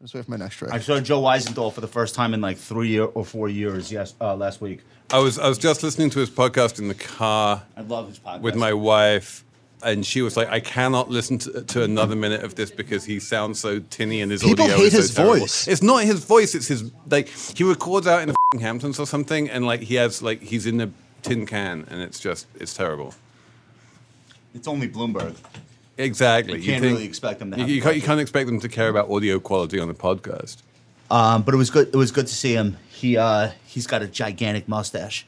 Let's wait for my next I tray. saw Joe Weisenthal for the first time in like three year or four years. Yes, uh, last week. I was I was just listening to his podcast in the car I love his podcast. with my wife, and she was like, "I cannot listen to, to another minute of this because he sounds so tinny and his People audio hate is so his terrible." voice. It's not his voice; it's his like he records out in the fing Hamptons or something, and like he has like he's in a tin can, and it's just it's terrible. it's only Bloomberg. Exactly. You can't really expect them to You, have you, a can't, you podcast. can't expect them to care about audio quality on the podcast. Um, but it was good. It was good to see him. He uh, he's got a gigantic mustache,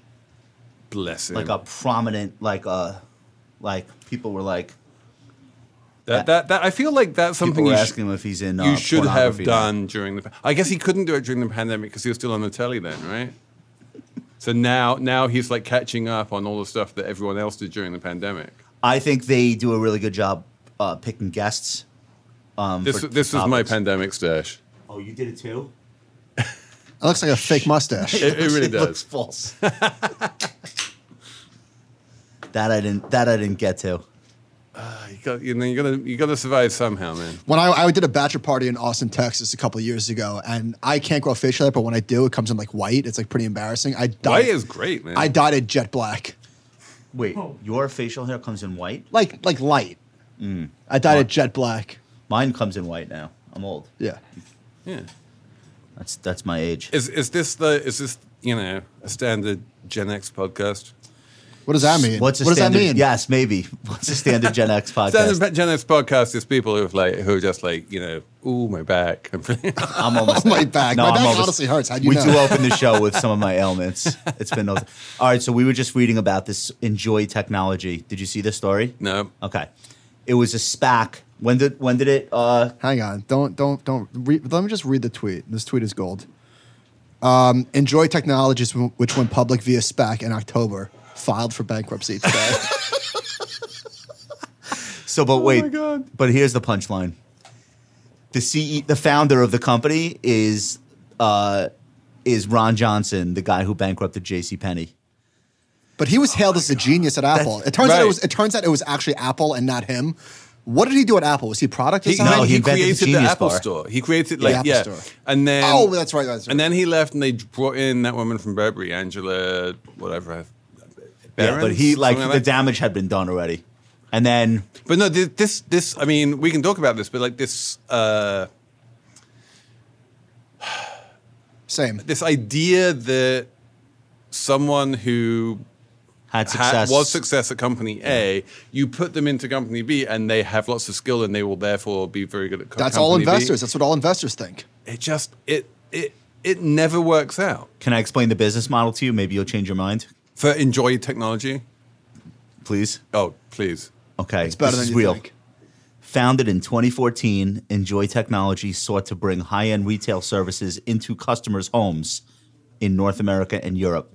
Bless him. like a prominent, like uh, like people were like that, that, that I feel like that's something people were you sh- asking him if he's in. Uh, you should have pornography now. done during the. I guess he couldn't do it during the pandemic because he was still on the telly then, right? So now, now he's like catching up on all the stuff that everyone else did during the pandemic. I think they do a really good job uh, picking guests. Um, This, for this was my topics. pandemic stash. Oh, you did it too. It looks like a fake mustache. It, it really looks does. false. that I didn't. That I didn't get to. Uh, You got, you know, you gotta, you gotta survive somehow, man. When I, I did a bachelor party in Austin, Texas, a couple of years ago, and I can't grow facial hair, but when I do, it comes in like white. It's like pretty embarrassing. I dyed, White is great, man. I dyed it jet black, Wait, your facial hair comes in white. like like light. Mm. I dyed it jet black. Mine comes in white now. I'm old. Yeah, yeah. That's that's my age. Is is this the is this you know a standard Gen X podcast? what does that mean? What's a what does that standard? mean? Yes, maybe. What's a standard Gen X podcast? Standard Gen X podcast is people who've like who are just like you know, ooh my back. I'm almost Oh my there. back. My back almost- honestly hurts. How'd you we know? do open the show with some of my ailments. It's been all right. So we were just reading about this enjoy technology. Did you see this story? no, Okay. It was a SPAC. When did when did it? Uh, Hang on. Don't don't don't. Re- let me just read the tweet. This tweet is gold. Um, Enjoy Technologies, w- which went public via SPAC in October, filed for bankruptcy today. so, Oh but wait. my God. But here's the punchline. The CE, the founder of the company is uh, is Ron Johnson, the guy who bankrupted J.C. Penney. but he was Oh hailed as a genius at Apple. It turns out Right. it was. It turns out it was actually Apple and not him. What did he do at Apple? Was he product He, design? no, he, invented the created the, Genius Apple Bar. Store. He created like Apple yeah, Store. and then Oh, that's right, that's right. And then he left, and they brought in that woman from Burberry, Angela, whatever. I- Yeah, but Behrens? he like Something the that. damage had been done already, and then But no, thi- this this I mean, we can talk about this, but like this uh, Same. this idea that someone who had ha- success. was success at company A, you put them into company B, and they have lots of skill, and they will therefore be very good at co- That's all company B. investors. That's what all investors think. It just it it it never works out Can I explain the business model to you? Maybe you'll change your mind, for enjoy technology. please. Oh, please. Okay, it's Better this than is you real. think. Founded in 2014, Enjoy Technology sought to bring high end retail services into customers' homes in North America and Europe.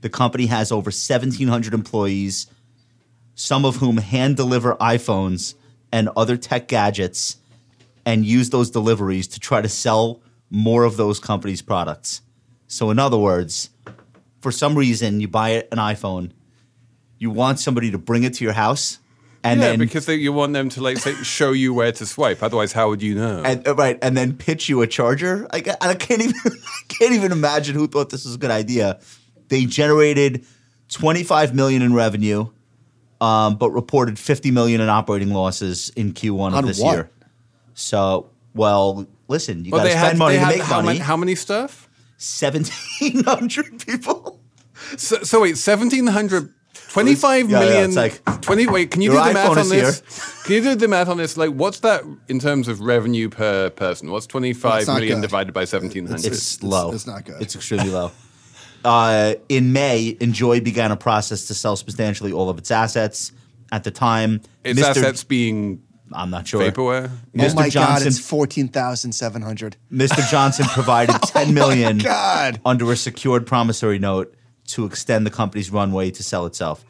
The company has over 1,700 employees, some of whom hand deliver iPhones and other tech gadgets and use those deliveries to try to sell more of those companies' products. So, in other words, for some reason, you buy an iPhone, you want somebody to bring it to your house. And yeah, then because they, you want them to like say, show you where to swipe. Otherwise, how would you know? and uh, right, and then pitch you a charger. I, ca- I can't even I can't even imagine who thought this was a good idea. They generated 25 million in revenue, um, but reported 50 million in operating losses in Q1 of On this what? year. So, well, listen, you got to they spend had, money they to had make how, money. Many, how many stuff? 1,700 people. So, so wait, 1,700, 25 Yeah, yeah, million- it's like- 20, wait, can you Your do the math iPhone on is this? Can you do the math on this? Like, what's that in terms of revenue per person? What's twenty-five It's not million good. divided by 1,700? It's, it's- low. it's not good. It's extremely low. Uh, in May, Enjoy began a process to sell substantially all of its assets. At the time, Its Mr. assets being I'm not sure. vaporware? oh Mr. my god, Johnson- it's fourteen thousand seven hundred. Mr. Johnson provided ten million Oh Mm. God. under a secured promissory note to extend the company's runway to sell itself.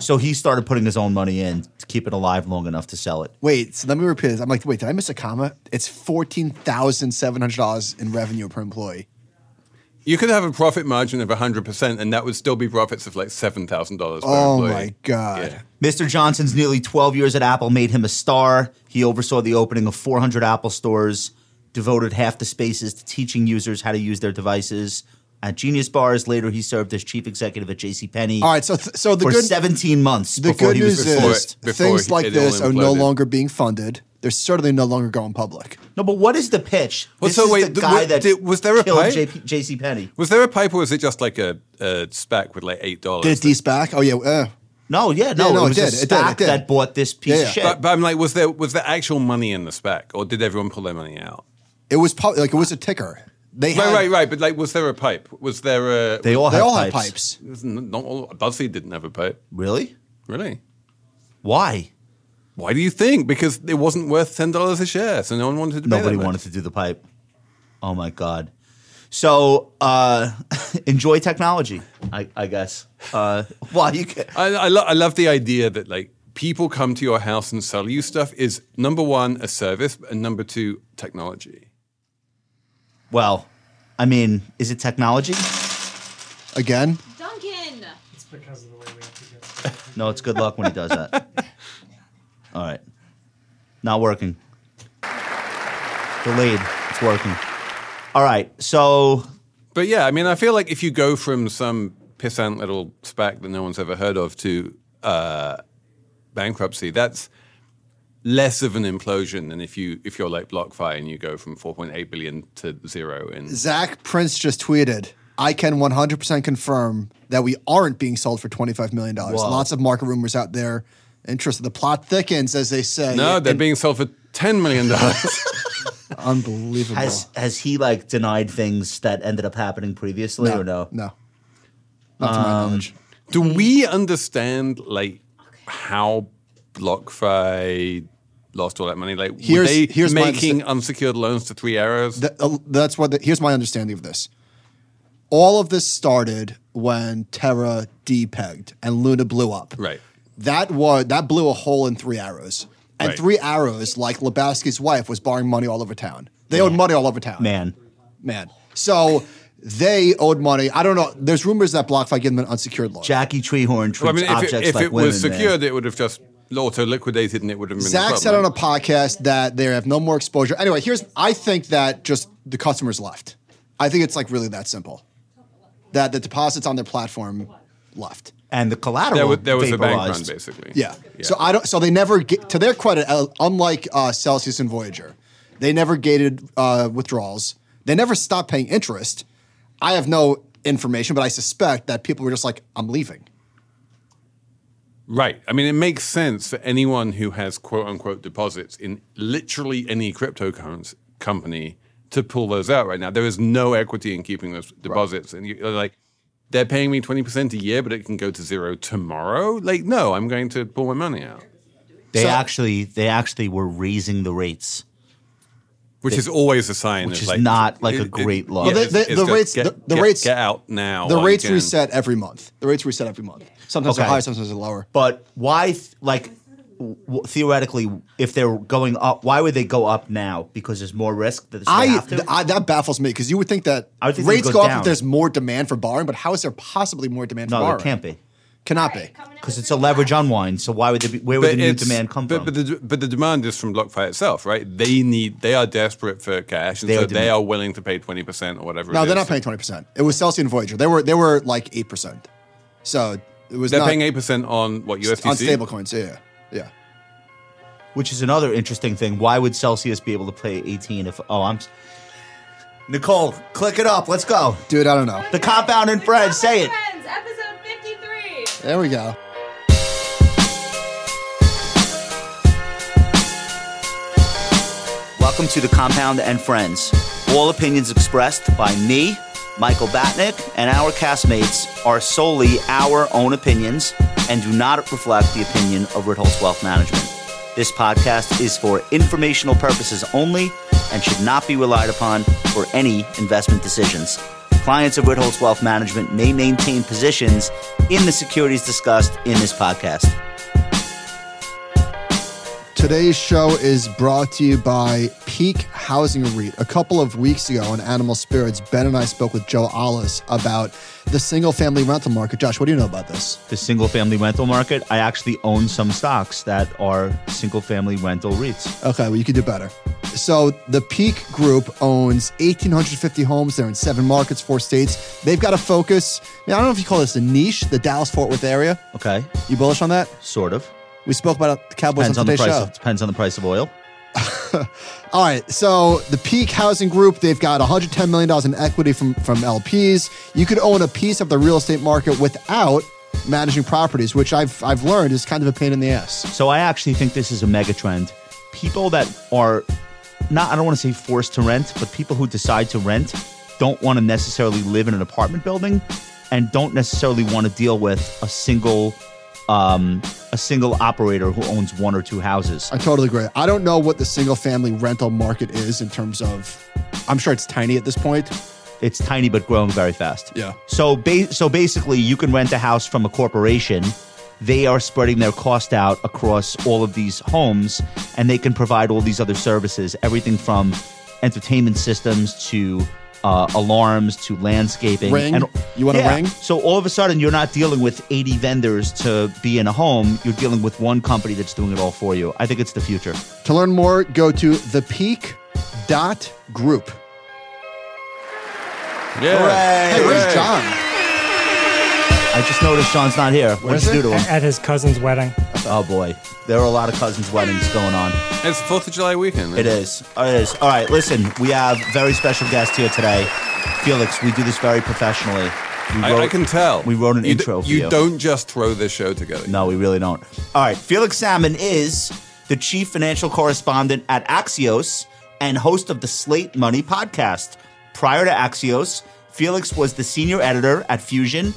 So he started putting his own money in to keep it alive long enough to sell it. Wait, so let me repeat this. I'm like, wait, did I miss a comma? It's fourteen thousand seven hundred dollars in revenue per employee. You could have a profit margin of 100%, and that would still be profits of like $7,000 per Oh employee. my god. Yeah. Mr. Johnson's nearly 12 years at Apple made him a star. He oversaw the opening of 400 Apple stores devoted half the spaces to teaching users how to use their devices at Genius Bars. Later, he served as chief executive at JCPenney All right, so th- so the for good 17 months the before good he was news dismissed. is Before- things before like it all this are no imploded. longer being funded. They're certainly no longer going public. No, but what is the pitch? Well, this so is wait, the th- guy wait, that did- was there a killed fight? JP, JC Penny. Was there a pipe or was it just like a, a spec with like eight dollars? Did it de-SPAC? Oh yeah, uh, No, yeah, no, Yeah, no, it it was did, a it did, it SPAC did. that bought this piece Yeah, of yeah. shit. But, but I'm like, was there was there actual money in the spec, or did everyone pull their money out? it was pub- like it was a ticker. They had, Right, right, right. But like, was there a pipe? Was there a? they all They have all pipes. had pipes. It was n- not all. BuzzFeed didn't have a pipe, Really? really. Why? Why do you think? Because it wasn't worth ten dollars a share, so no one wanted to. pay Nobody that much. wanted to do the pipe. Oh my god. So uh, enjoy technology, I, I guess. Uh, well, you can, I, I, lo- I love the idea that like people come to your house and sell you stuff is number one a service and number two technology. well, I mean, is it technology? Again, Duncan! It's because of the way we have to get started. No, it's good luck when he does that. All right, not working. Delayed. It's working. All right. So But yeah, I mean, I feel like if you go from some pissant little spac that no one's ever heard of to uh, bankruptcy, that's less of an implosion than if you if you're like BlockFi and you go from 4.8 billion to zero in Zach Prince just tweeted, "I can 100% confirm that we aren't being sold for 25 million dollars. Wow. Lots of market rumors out there. Interest. The plot thickens, as they say. no, they're And- being sold for 10 million dollars. unbelievable. has has he like denied things that ended up happening previously or no? No. Not to my knowledge. Do we understand like how BlockFi lost all that money? Like Here's- were they here's my making understa- unsecured loans to three arrows? Th- uh, that's what. The, here's my understanding of this. All of this started when Terra depegged and Luna blew up. Right. That was that blew a hole in Three Arrows, and Right. Three Arrows, like Lebowski's wife, was borrowing money all over town. They owed money all over town. Man, man. So they owed money. I don't know. There's rumors that BlockFi gave them an unsecured loan. Jackie Treehorn treats Well, I mean, if objects it, if like it women. was secured, it would have just auto liquidated and it would have been. a Zach problem. said on a podcast that they have no more exposure. Anyway, here's I think that just the customers left. I think it's like really that simple. That the deposits on their platform left. man. and the collateral there was, there was a bank run, vaporized. basically. Yeah. So I don't. So they never get to their credit. uh, Unlike uh, Celsius and Voyager, they never gated uh, withdrawals. They never stopped paying interest. I have no information, but I suspect that people were just like, "I'm leaving." right. I mean, it makes sense for anyone who has quote unquote deposits in literally any cryptocurrency company to pull those out right now. There is no equity in keeping those deposits, and you, like they're paying me twenty percent a year, but it can go to zero tomorrow. Like, no, I'm going to pull my money out, They So- actually they actually were raising the rates. which is always a sign. Which of, is not, like, a great look. Well, the- it's- the- it's the just rates- get- the- the get- rates- get out now. The while you rates can. reset every month. The rates reset every month. Sometimes Okay. they're higher, sometimes they're lower. But why, th- like, w- theoretically, if they're going up, why would they go up now? Because there's more risk that they I, have to. th- I that baffles me because you would think that I would think they'd rates go go, up down. if there's more demand for borrowing, but how is there possibly more demand for no, borrowing? there can't be Cannot be. because it's a leverage unwind. So why would there be? Where would the new it's- demand come but, from? But the, but the demand is from BlockFi itself, right? They need, they are desperate for cash, and They are so they demand- are willing to pay twenty percent or whatever. No, it they're is. not paying twenty percent. It was Celsius and Voyager. They were they were like eight percent. So it was They're not paying eight percent on what USDC. on stable coins. Yeah, yeah. Which is another interesting thing. Why would Celsius be able to play 18 if? Oh, I'm. s- Nicole, click it up. Let's go. Dude, I don't know. The compound and Fred. Say it. Friends, episode 53! There we go. Welcome to The Compound and Friends. All opinions expressed by me, Michael Batnick, and our castmates are solely our own opinions and do not reflect the opinion of Ritholtz Wealth Management. This podcast is for informational purposes only and should not be relied upon for any investment decisions. Clients of Ritholtz Wealth Management may maintain positions in the securities discussed in this podcast. To Today's show is brought to you by Peak Housing REIT. A couple of weeks ago on Animal Spirits, Ben and I spoke with Joe Allis about the single family rental market. Josh, what do you know about this? The single family rental market, I actually own some stocks that are single family rental REITs. Okay, well, you could do better. So, the Peak Group owns 1,850 homes. They're in seven markets, four states. They've got a focus. Now, I don't know if you call this a niche, the Dallas Fort Worth area. Okay, You bullish on that? sort of. We spoke about it- the Cowboys Depends on on the today's price. show. Of, depends on the price of oil. All right, so the Peak Housing Group, they've got $110 million in equity from, from LPs. You could own a piece of the real estate market without managing properties, which I've, I've learned is kind of a pain in the ass. So I actually think this is a mega trend. People that are not, I don't want to say forced to rent, but people who decide to rent don't want to necessarily live in an apartment building and don't necessarily want to deal with a single um, a single operator who owns one or two houses. I totally agree. I don't know what the single family rental market is in terms of, I'm sure it's tiny at this point. It's tiny but growing very fast. Yeah. So ba- so basically, you can rent a house from a corporation. They are spreading their cost out across all of these homes, and they can provide all these other services, everything from entertainment systems to uh, alarms to landscaping. Ring? And, You want a Yeah. ring? So all of a sudden, you're not dealing with 80 vendors to be in a home. You're dealing with one company that's doing it all for you. I think it's the future. To learn more, go to thepeak.group. Yeah. Hey, where's John? I just noticed Sean's not here. What'd Where's you do to him? At his cousin's wedding. Oh boy, there are a lot of cousins' weddings going on. It's the 4th of July weekend. It is. Oh, It is. All right, listen, we have very special guest here today. Felix, we do this very professionally. We I, I can tell. We wrote an You d- intro for you. you. don't just throw this show together. No, we really don't. All right, Felix Salmon is the chief financial correspondent at Axios and host of the Slate Money podcast. Prior to Axios, Felix was the senior editor at Fusion,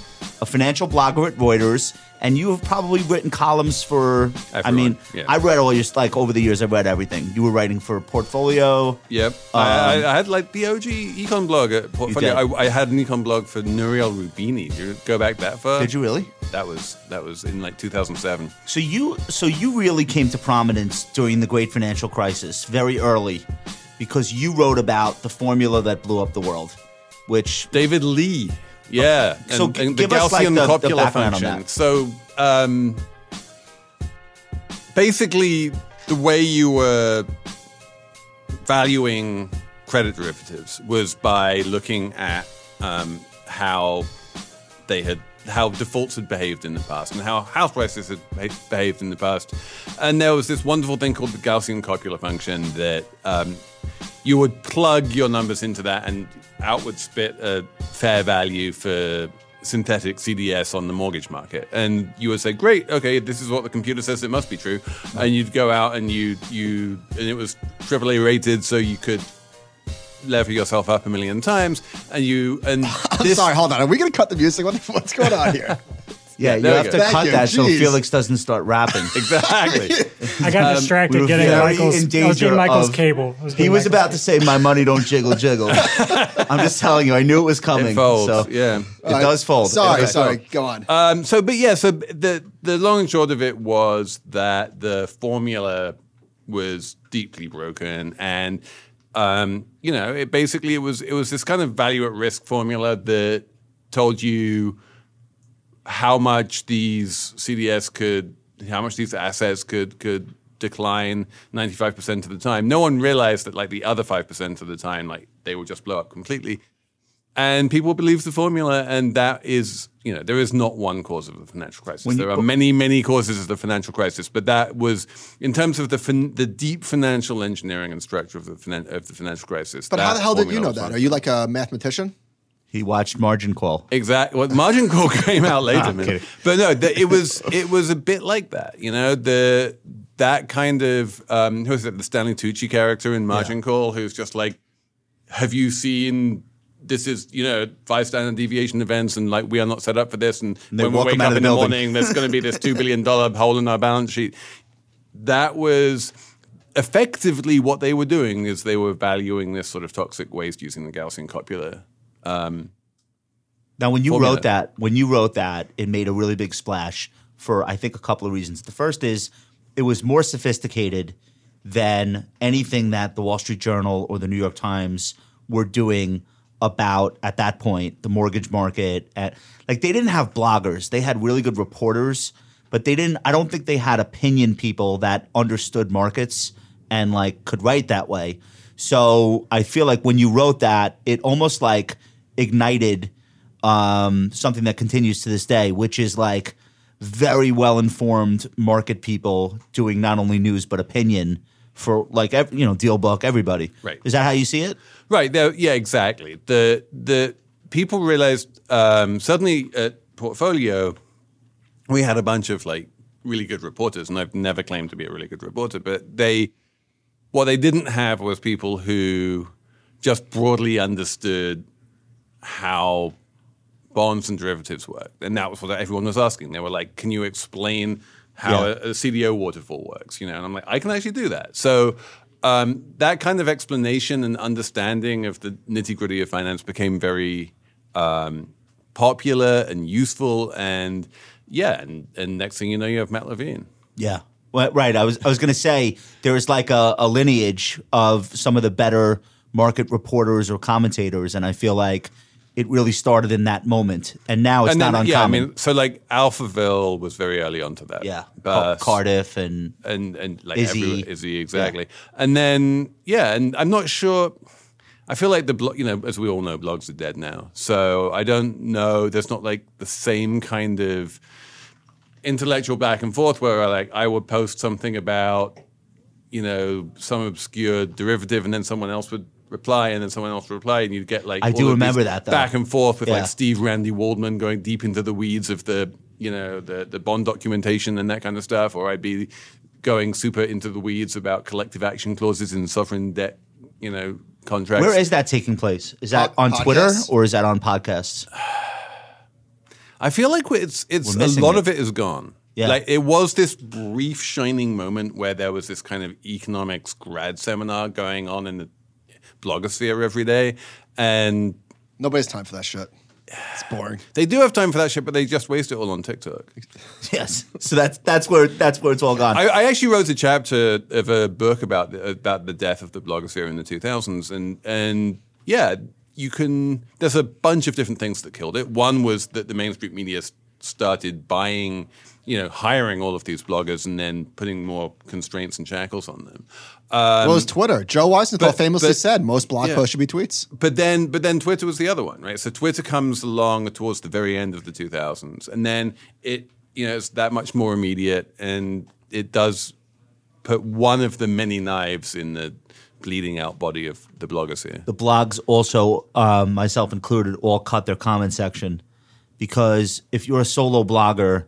a financial blogger at Reuters, and you have probably written columns for. I Everyone, mean, yeah. I read all your like over the years. I read everything. You were writing for Portfolio. Yep. I, I, I had like the OG econ blog at Portfolio. Um, did. I, I had an econ blog for Nuriel Rubini. Do you go back that far? Did you really? That was that was in like 2007. So you so you really came to prominence during the great financial crisis very early because you wrote about the formula that blew up the world which David Lee. Yeah. So and, g- and the give us, like, Gaussian the- the popular background on function. that. So um, basically, the way you were valuing credit derivatives was by looking at um, how they had how defaults had behaved in the past and how house prices had beh- behaved in the past. And there was this wonderful thing called the Gaussian copula function that um, you would plug your numbers into that and out would spit a fair value for synthetic CDS on the mortgage market. And you would say, great, okay, this is what the computer says it must be true. And you'd go out and you, you, and it was AAA rated so you could lever yourself up a million times and you, and I'm this, sorry, hold on. Are we going to cut the music? What, the- what's going on here? yeah, you there we have go. to Thank cut you. that so Jeez. Felix doesn't start rapping Exactly. I got distracted we were getting very Michael's. in I was danger getting Michael's of- cable. I he getting was Michael's about to say my money don't jiggle jiggle I'm just telling you I knew it was coming it folds. so yeah. it does fold Uh, Sorry, Okay. sorry. Go on. Um, so, but yeah, so the the long and short of it was that the formula was deeply broken, and um, you know, it basically it was it was this kind of value at risk formula that told you how much these CDS could, how much these assets could could decline 95% of the time. No one realized that like the other 5% of the time, like they would just blow up completely. And people believe the formula, and that is, you know, there is not one cause of the financial crisis. there are many, many causes of the financial crisis, but that was, in terms of the fin- the deep financial engineering and structure of the finan- of the financial crisis. but how that the hell did you formula know was that? one. Are you like a mathematician? he watched margin call Exactly. Well, margin call came out later, man. kidding. But no, the, it was it was a bit like that. You know, the that kind of um, who is it? The Stanley Tucci character in Margin Call, who's just like, "Have you seen?" This is, you know, five standard deviation events, and like we are not set up for this. And, they when we walk 'em wake out up of the in the building. morning, there's going to be this two billion dollar hole in our balance sheet. That was effectively what they were doing is they were valuing this sort of toxic waste using the Gaussian copula Now, when you Formula. wrote that, when you wrote that, it made a really big splash for I think a couple of reasons. The first is it was more sophisticated than anything that the Wall Street Journal or the New York Times were doing about at that point the mortgage market at like they didn't have bloggers they had really good reporters but they didn't I don't think they had opinion people that understood markets and like could write that way so I feel like when you wrote that it almost like ignited um, something that continues to this day, which is like very well informed market people doing not only news but opinion for like ev- you know deal book everybody. Right. Is that how you see it? Right. No, yeah, exactly. The the people realized um, suddenly at Portfolio, we had a bunch of like really good reporters, and I've never claimed to be a really good reporter, but they what they didn't have was people who just broadly understood how bonds and derivatives work, and that was what everyone was asking. They were like, "Can you explain how Yeah. a, a CDO waterfall works?" You know, and I'm like, "I can actually do that." So um, that kind of explanation and understanding of the nitty gritty of finance became very um, popular and useful, and yeah, and, and next thing you know, you have Matt Levine. Yeah. Well, right. I was I was going to say there was like a, a lineage of some of the better market reporters or commentators, and I feel like it really started in that moment, and now it's and not then, uncommon. yeah, I mean, so like Alphaville was very early onto that. Yeah. Car- but Cardiff and and and like Izzy. everywhere- Izzy exactly. And then yeah, and I'm not sure. I feel like the blog, you know, as we all know, blogs are dead now. So I don't know. There's not like the same kind of intellectual back and forth where I like I would post something about you know some obscure derivative, and then someone else would reply, and then someone else would reply, and you'd get like I all do of remember these that, though. back and forth with Yeah. like Steve Randy Waldman going deep into the weeds of the you know the the bond documentation and that kind of stuff, or I'd be going super into the weeds about collective action clauses in sovereign debt you know contracts. where is that taking place? Is that Pod- on Twitter podcasts? or is that on podcasts? I feel like it's it's We're a missing lot it. of it is gone. Yeah. Like it was this brief shining moment where there was this kind of economics grad seminar going on in the blogosphere every day. And Nobody's time for that shit. It's boring. they do have time for that shit, but they just waste it all on TikTok. Yes. So that's that's where that's where it's all gone. I, I actually wrote a chapter of a book about the, about the death of the blogosphere in the 2000s, and and yeah, you can. There's a bunch of different things that killed it. One was that the mainstream media s- started buying, you know, hiring all of these bloggers and then putting more constraints and shackles on them. Um, well, it's Twitter. Joe Weisenthal but- famously but- said most blog yeah. posts should be tweets. but then but then Twitter was the other one, right? So Twitter comes along towards the very end of the 2000s, and then it you know it's that much more immediate, and it does put one of the many knives in the bleeding out body of the blogosphere. the blogs also, um, myself included, all cut their comment section because if you're a solo blogger,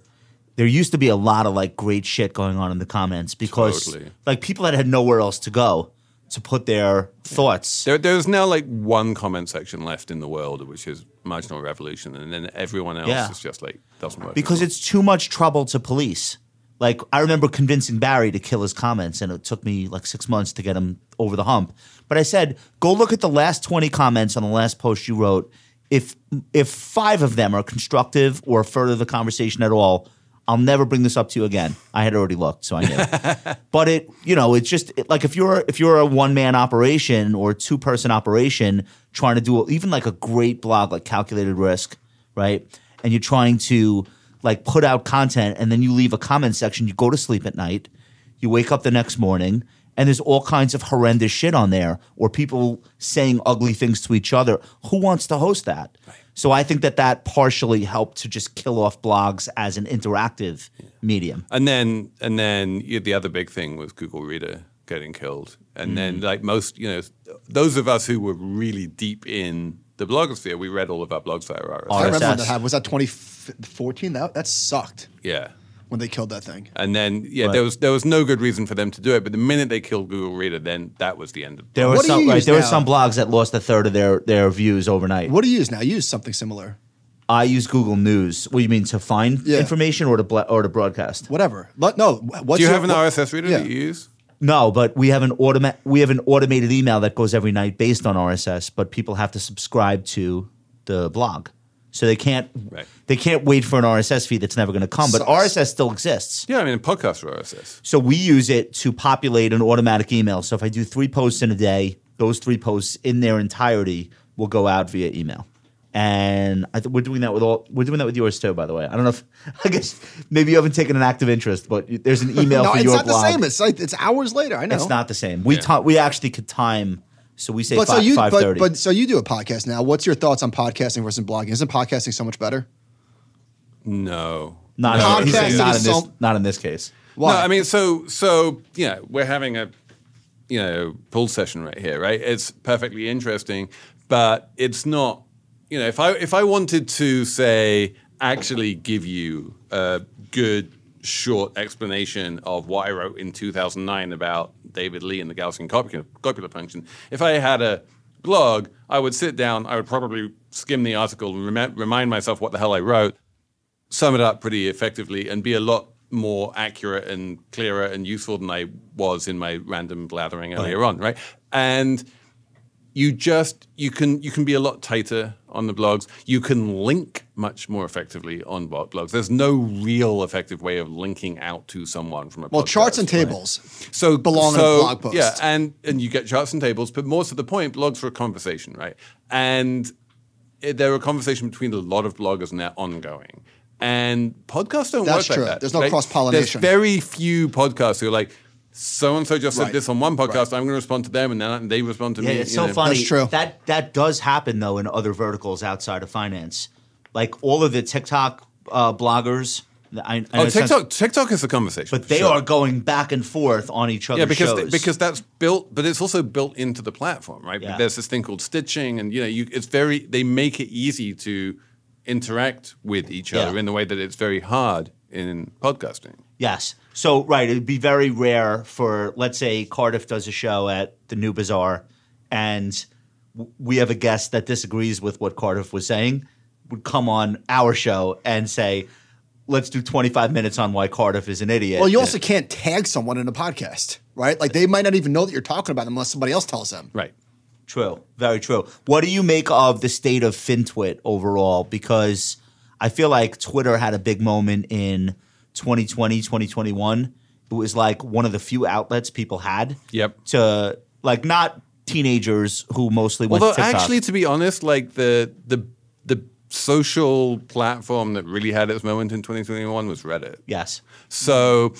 there used to be a lot of like great shit going on in the comments because Totally. like people that had nowhere else to go to put their thoughts. There, there's now like one comment section left in the world, which is marginal revolution, and then everyone else Yeah. is just like doesn't work because anymore. it's too much trouble to police. Like I remember convincing Barry to kill his comments, and it took me like six months to get him over the hump. But I said, go look at the last twenty comments on the last post you wrote. If if five of them are constructive or further the conversation at all, I'll never bring this up to you again. I had already looked, so I knew. but it, you know, it's just it- like if you're if you're a one man operation or two person operation trying to do even like a great blog like Calculated Risk, right? And you're trying to like put out content and then you leave a comment section, you go to sleep at night, you wake up the next morning, and there's all kinds of horrendous shit on there or people saying ugly things to each other. Who wants to host that? So I think that that partially helped to just kill off blogs as an interactive medium. And then and then yeah, the other big thing was Google Reader getting killed. And then like most, you know, those of us who were really deep in the blogosphere, we read all of our blogs via RSS. I remember when RSS. that happened. Was that 2014? That that sucked Yeah. when they killed that thing. And then yeah, there was there was no good reason for them to do it. But the minute they killed Google Reader, then that was the end of There were What do some you right, use there were now? some blogs that lost a third of their, their views overnight. What do you use now? You use something similar. I use Google News. What do you mean to find Yeah. information or to bla- or to broadcast? Whatever. But no. What's Do you your- have an what- RSS reader that yeah. you use? No, but we have an automa- we have an automated email that goes every night based on RSS, but people have to subscribe to the blog. So they can't Right. they can't wait for an RSS feed that's never going to come. But Sucks. RSS still exists. Yeah, I mean, podcasts are RSS. So we use it to populate an automatic email. So if I do three posts in a day, those three posts in their entirety will go out via email. And I th- we're doing that with all. We're doing that with yours too, by the way. I don't know if I guess maybe you haven't taken an active interest, but you- there's an email no, for it's your not blog. the same. It's like it's hours later. I know. It's not the same. We Yeah. ta- we actually could time. So we say But five, so you, five but, thirty. but so you do a podcast now. What's your thoughts on podcasting versus blogging? Isn't podcasting so much better? No. not, no, in, he's saying Podcasting not in is this. so- not in this case. Why? No, I mean, so so yeah, we're having a you know pull session right here, right? It's perfectly interesting, but it's not. You know, if I if I wanted to say actually give you a good short explanation of what I wrote in 2009 about David Lee and the Gaussian copula, copula function, if I had a blog, I would sit down, I would probably skim the article and rem- remind myself what the hell I wrote, sum it up pretty effectively and be a lot more accurate and clearer and useful than I was in my random blathering earlier on, right? And you just you can you can be a lot tighter on the blogs. You can link much more effectively on blo- blogs. There's no real effective way of linking out to someone from a well, charts podcast, and right? tables. so belong in a so, blog post. Yeah, and and you get charts and tables, but more to the point, blogs are a conversation, right? And it, they're a conversation between a lot of bloggers, and they're ongoing. And podcasts don't That's work true. like that. There's no right? cross-pollination. There's very few podcasts who are like. So and so just said Right. this on one podcast. I'm going to respond to them, and then they respond to Yeah, me. it's you so know. funny. That's true. That that does happen though in other verticals outside of finance, like all of the TikTok uh, bloggers. I, I know Oh, it sounds- TikTok! TikTok is a conversation, but they Sure. are going back and forth on each other. yeah, because shows. because that's built, but it's also built into the platform, right? Yeah. There's this thing called stitching, and you know, you, it's very they make it easy to interact with each Yeah. other in the way that it's very hard in podcasting. yes, so right, it'd be very rare for let's say Cardiff does a show at the New Bazaar, and w- we have a guest that disagrees with what Cardiff was saying, would come on our show and say, "Let's do 25 minutes on why Cardiff is an idiot." Well, you also can't tag someone in a podcast, right? Like they might not even know that you're talking about them unless somebody else tells them. Right. True. Very true. What do you make of the state of FinTwit overall? Because I feel like Twitter had a big moment in 2020, 2021. It was like one of the few outlets people had. Yep. To like not teenagers who mostly went Although to TikTok. actually, to be honest, like the the the social platform that really had its moment in 2021 was Reddit. yes. So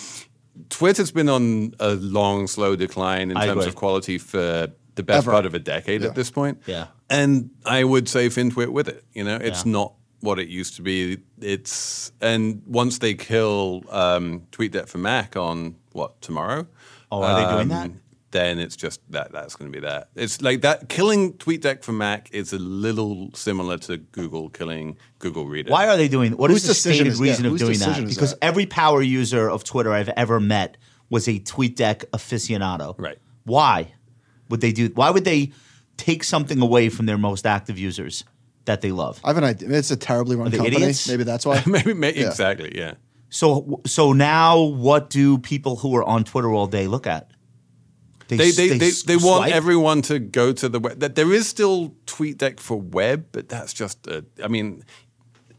Twitter's been on a long, slow decline in I terms agree. of quality for the best Ever. part of a decade at this point. Yeah. And I would say FinTwit with it. You know, it's Yeah. not what it used to be. It's and once they kill um, TweetDeck for Mac on what tomorrow? um, Oh, are they doing that? Then it's just that that's going to be that. It's like that killing TweetDeck for Mac is a little similar to Google killing Google Reader. Why are they doing? What is Whose the decision stated is that? reason of Whose doing that? decision is Because that? every power user of Twitter I've ever met was a TweetDeck aficionado. Right. Why would they do? Why would they take something away from their most active users that they love? I have an idea. It's a terribly run they company. idiots? Maybe that's why. Maybe, maybe Yeah. exactly. Yeah. So so now, what do people who are on Twitter all day look at? they they, they, they, s- want swipe? everyone to go to the web. That there is still TweetDeck for web, but that's just a, I mean,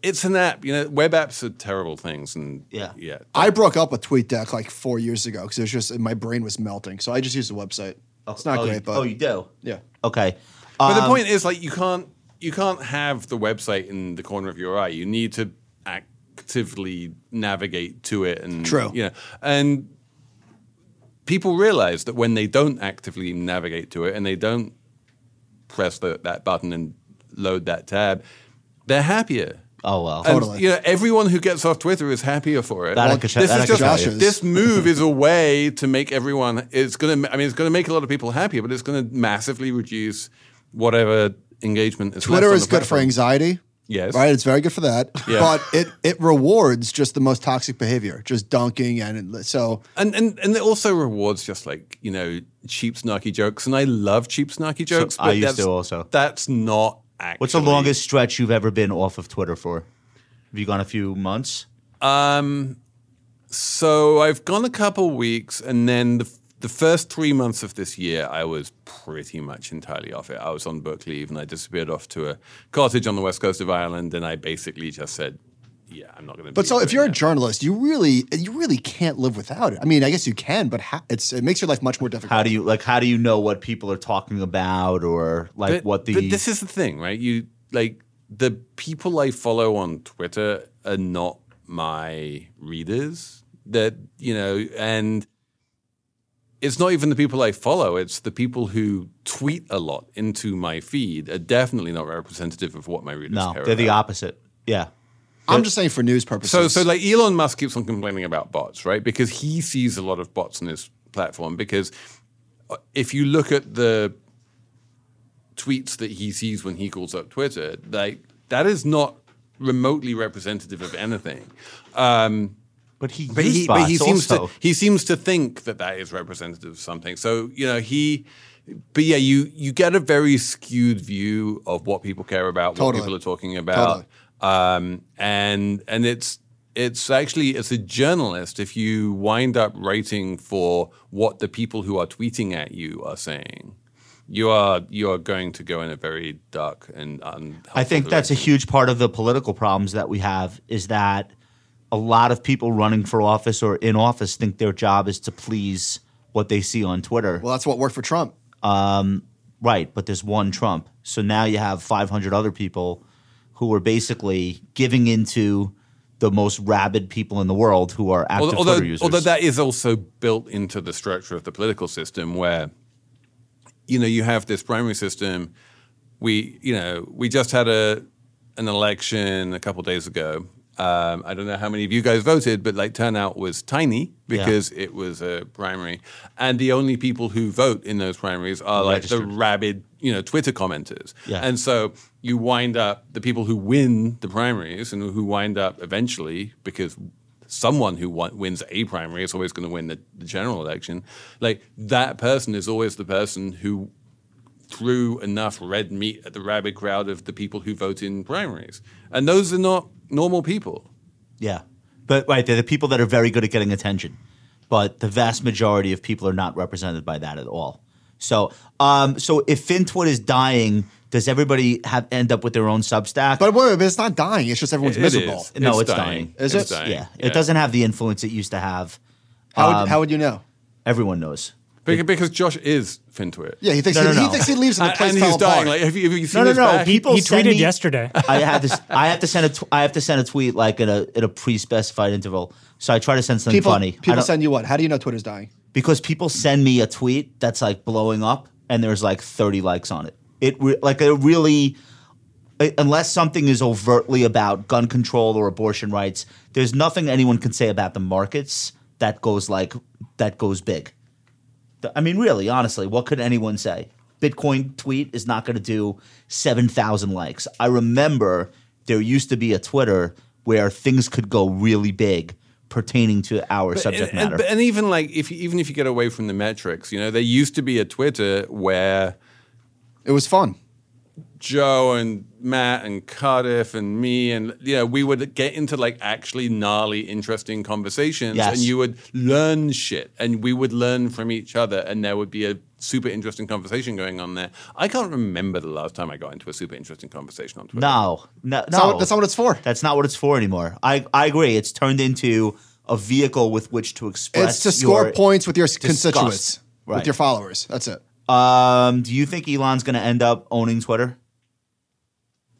it's an app. You know, web apps are terrible things, and Yeah. yeah. I broke up with TweetDeck like four years ago because it was just my brain was melting. So I just used the website. It's not oh, great, you, but oh, you do. yeah. Okay. But the Um, point is, like, you can't you can't have the website in the corner of your eye. You need to actively navigate to it, and True. you know, and people realize that when they don't actively navigate to it and they don't press the, that button and load that tab, they're happier. Oh well. And, Totally. you know, everyone who gets off Twitter is happier for it. That I Well, could tell- this that I is could just- tell you. this move is a way to make everyone. It's gonna. I mean, it's gonna make a lot of people happier, but it's gonna massively reduce whatever engagement is. left Twitter on is the good for platform. anxiety. Yes. Right? It's very good for that. Yeah. But it it rewards just the most toxic behavior, just dunking and it- so and and and it also rewards just like you know cheap snarky jokes, and I love cheap snarky jokes. I but used that's, to also. That's not. Actually, What's the longest stretch you've ever been off of Twitter for? Have you gone a few months? So I've gone a couple weeks, and then the f- the first three months of this year, I was pretty much entirely off it. I was on book leave and I disappeared off to a cottage on the west coast of Ireland, and I basically just said, "Yeah, I'm not going to." But so, if you're a journalist, you really, you really can't live without it. I mean, I guess you can, but ha- it's it makes your life much more difficult. How do you like? How do you know what people are talking about, or like But- what the? But this is the thing, right? You like the people I follow on Twitter are not my readers. That you know, and it's not even the people I follow. It's the people who tweet a lot into my feed are definitely not representative of what my readers no, care they're the about. opposite. Yeah, I'm just saying for news purposes. So, so like Elon Musk keeps on complaining about bots, right? Because he sees a lot of bots on his platform. Because uh, if you look at the tweets that he sees when he calls up Twitter, like that is not remotely representative of anything. Um, but he but he, used but he bots seems also. to he seems to think that that is representative of something. So you know he, but yeah, you you get a very skewed view of what people care about, Totally. what people are talking about, um, and and it's it's actually as a journalist, if you wind up writing for what the people who are tweeting at you are saying, you are you are going to go in a very dark and unhelpful I think that's a direction. huge part of the political problems that we have is that a lot of people running for office or in office think their job is to please what they see on Twitter. well, that's what worked for Trump. Right, but there's one Trump. So now you have 500 other people who are basically giving into the most rabid people in the world who are active Al- although, Twitter users. although that is also built into the structure of the political system where you know you have this primary system we you know we just had a an election a couple days ago um, I don't know how many of you guys voted, but like turnout was tiny because it was a primary, and the only people who vote in those primaries are like the Registered. rabid, you know, Twitter commenters. Yeah. And so you wind up the people who win the primaries and who wind up eventually because someone who won, wins a primary is always going to win the, the general election. Like that person is always the person who threw enough red meat at the rabid crowd of the people who vote in primaries, and those are not normal people. yeah. But right, they're the people that are very good at getting attention. But the vast majority of people are not represented by that at all. So, um, so if FinTwit is dying, does everybody have end up with their own Substack? But wait, but it's not dying. It's just everyone's It miserable. is. No, it's dying. Is It's it? dying. yeah, it doesn't have the influence it used to have. How, would, Um, how would you know? Everyone knows. Beca- Because Josh is Fintwit. Yeah, he thinks No, he, no, he no. thinks he leaves and the And, place and fell he's dying. apart. Like, have you, have you seen No, no, his no. back? People he send tweeted me- yesterday. I have this. I have to send a. Tw- I have to send a tweet like at a at a pre-specified interval. So I try to send something people, funny. I people don't- send you what? How do you know Twitter's dying? because people send me a tweet that's like blowing up, and there's like 30 likes on it. It re- like it really, i- unless something is overtly about gun control or abortion rights, there's nothing anyone can say about the markets that goes like that goes big. Th- I mean, really, honestly, what could anyone say? Bitcoin tweet is not going to do 7,000 likes. I remember there used to be a Twitter where things could go really big pertaining to our subject and, matter. And, and even like if you- even if you get away from the metrics, you know, there used to be a Twitter where It was fun. Joe and Matt and Cardiff and me and you know we would get into like actually gnarly, interesting conversations, Yes. and you would learn shit, and we would learn from each other, and there would be a super interesting conversation going on there. I can't remember the last time I got into a super interesting conversation on Twitter. No, no, not no. what- that's not what it's for. That's not what it's for anymore. I, I agree. It's turned into a vehicle with which to express. it's to score your- points with your constituents, Right. with your followers. That's it. Um, do you think Elon's going to end up owning Twitter?